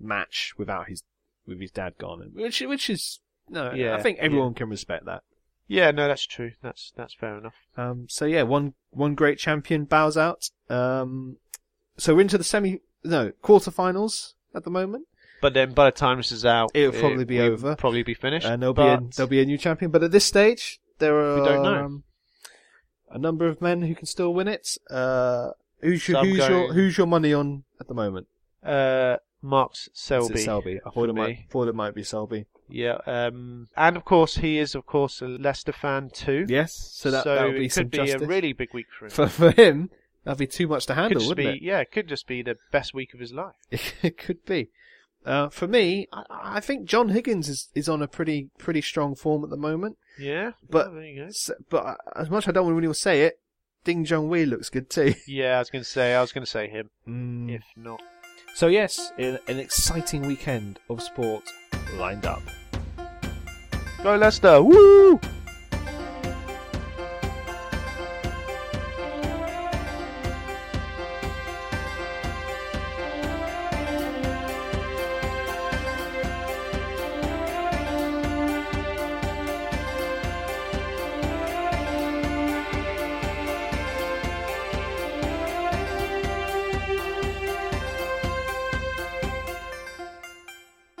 [SPEAKER 1] match without his with his dad gone, which which is no,
[SPEAKER 2] Yeah,
[SPEAKER 1] I think everyone can respect that.
[SPEAKER 2] yeah. No, that's true. That's that's fair enough.
[SPEAKER 1] Um, so yeah, one one great champion bows out. Um, so we're into the semi no quarterfinals at the moment.
[SPEAKER 2] But then by the time this is out,
[SPEAKER 1] It'll probably be
[SPEAKER 2] we'll
[SPEAKER 1] over. Uh,
[SPEAKER 2] Probably be finished.
[SPEAKER 1] and there'll
[SPEAKER 2] but
[SPEAKER 1] be a, there'll be a new champion. But at this stage, there are
[SPEAKER 2] We don't know.
[SPEAKER 1] Um, a number of men who can still win it. Uh, who's your,
[SPEAKER 2] Some
[SPEAKER 1] who's
[SPEAKER 2] go-
[SPEAKER 1] your who's your money on at the moment?
[SPEAKER 2] uh, Mark's
[SPEAKER 1] Is
[SPEAKER 2] Selby.
[SPEAKER 1] it Selby. I thought it
[SPEAKER 2] for
[SPEAKER 1] might
[SPEAKER 2] me.
[SPEAKER 1] thought it might be Selby.
[SPEAKER 2] Yeah, um, and of course he is, of course, a Leicester fan too.
[SPEAKER 1] Yes, so that that'll
[SPEAKER 2] it
[SPEAKER 1] be
[SPEAKER 2] could
[SPEAKER 1] some
[SPEAKER 2] be
[SPEAKER 1] justice.
[SPEAKER 2] a really big week for him.
[SPEAKER 1] for for him. That'd be too much to
[SPEAKER 2] could
[SPEAKER 1] handle,
[SPEAKER 2] just
[SPEAKER 1] wouldn't
[SPEAKER 2] be, Yeah, it could just be the best week of his life.
[SPEAKER 1] it? (laughs) It could be. Uh, for me, I, I think John Higgins is, is on a pretty pretty strong form at the moment.
[SPEAKER 2] Yeah,
[SPEAKER 1] But-
[SPEAKER 2] oh, there you go.
[SPEAKER 1] S but I- as much I don't want to really say it, Ding Jong Wei looks good too. (laughs)
[SPEAKER 2] Yeah, I was gonna say, I was gonna say him.
[SPEAKER 1] Mm.
[SPEAKER 2] If not,
[SPEAKER 1] So yes, an an exciting weekend of sport lined up.
[SPEAKER 2] go Leicester! Woo!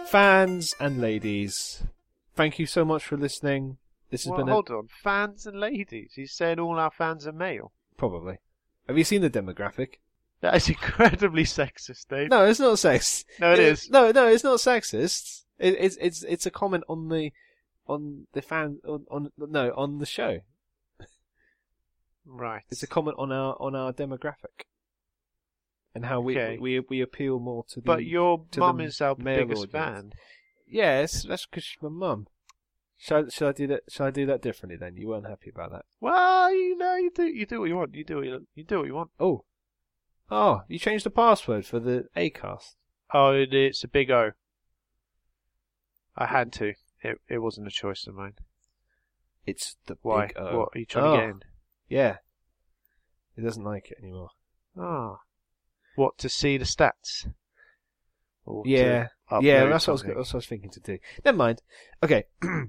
[SPEAKER 1] Fans and ladies, thank you so much for listening. This has
[SPEAKER 2] Well,
[SPEAKER 1] been a,
[SPEAKER 2] hold on, fans and ladies. He's saying all our fans are male.
[SPEAKER 1] probably. Have you seen the demographic?
[SPEAKER 2] That is (laughs) incredibly sexist, Dave.
[SPEAKER 1] No, it's not sexist.
[SPEAKER 2] No, it is.
[SPEAKER 1] No, no, it's not sexist. It, it's it's it's a comment on the on the fan on, on no on the show.
[SPEAKER 2] Right.
[SPEAKER 1] It's a comment on our on our demographic and how we
[SPEAKER 2] Okay.
[SPEAKER 1] we, we appeal more to the.
[SPEAKER 2] but your
[SPEAKER 1] to the
[SPEAKER 2] mum is our
[SPEAKER 1] male
[SPEAKER 2] biggest
[SPEAKER 1] audience.
[SPEAKER 2] fan.
[SPEAKER 1] Yes, that's because she's my mum. Shall shall I do that? Shall I do that differently then? You weren't happy about that.
[SPEAKER 2] Well, you know, you do, you do what you want. You do what you, you do what you want.
[SPEAKER 1] Oh, oh, you changed the password for the Acast.
[SPEAKER 2] Oh, it- it's a big O. I had to. It it wasn't a choice of mine.
[SPEAKER 1] It's the
[SPEAKER 2] Why?
[SPEAKER 1] Big O.
[SPEAKER 2] What are you trying to
[SPEAKER 1] Oh,
[SPEAKER 2] get in?
[SPEAKER 1] Yeah, it doesn't like it anymore.
[SPEAKER 2] Ah. What to see the stats? Or to
[SPEAKER 1] Yeah, yeah,
[SPEAKER 2] upload
[SPEAKER 1] that's what, I was,
[SPEAKER 2] something?
[SPEAKER 1] that's what I was thinking to do. Never mind. Okay, (clears throat)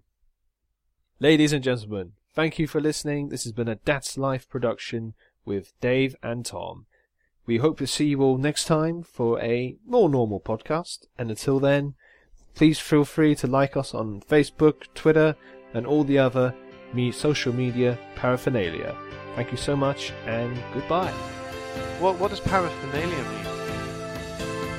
[SPEAKER 1] ladies and gentlemen, thank you for listening. This has been a Dad's Life production with Dave and Tom. We hope to see you all next time for a more normal podcast. And until then, please feel free to like us on Facebook, Twitter, and all the other me- social media paraphernalia. Thank you so much, and goodbye.
[SPEAKER 2] What what does paraphernalia mean?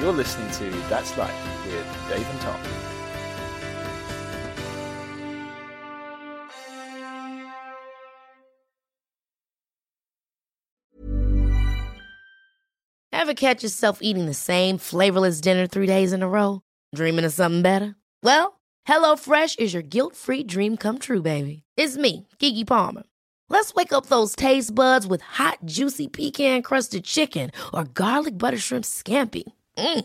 [SPEAKER 8] You're listening to That's Life with Dave and Tom.
[SPEAKER 9] Ever catch yourself eating the same flavorless dinner three days in a row? Dreaming of something better? Well, HelloFresh is your guilt free dream come true, baby. It's me, Kiki Palmer. Let's wake up those taste buds with hot, juicy pecan crusted chicken or garlic butter shrimp scampi. Mm.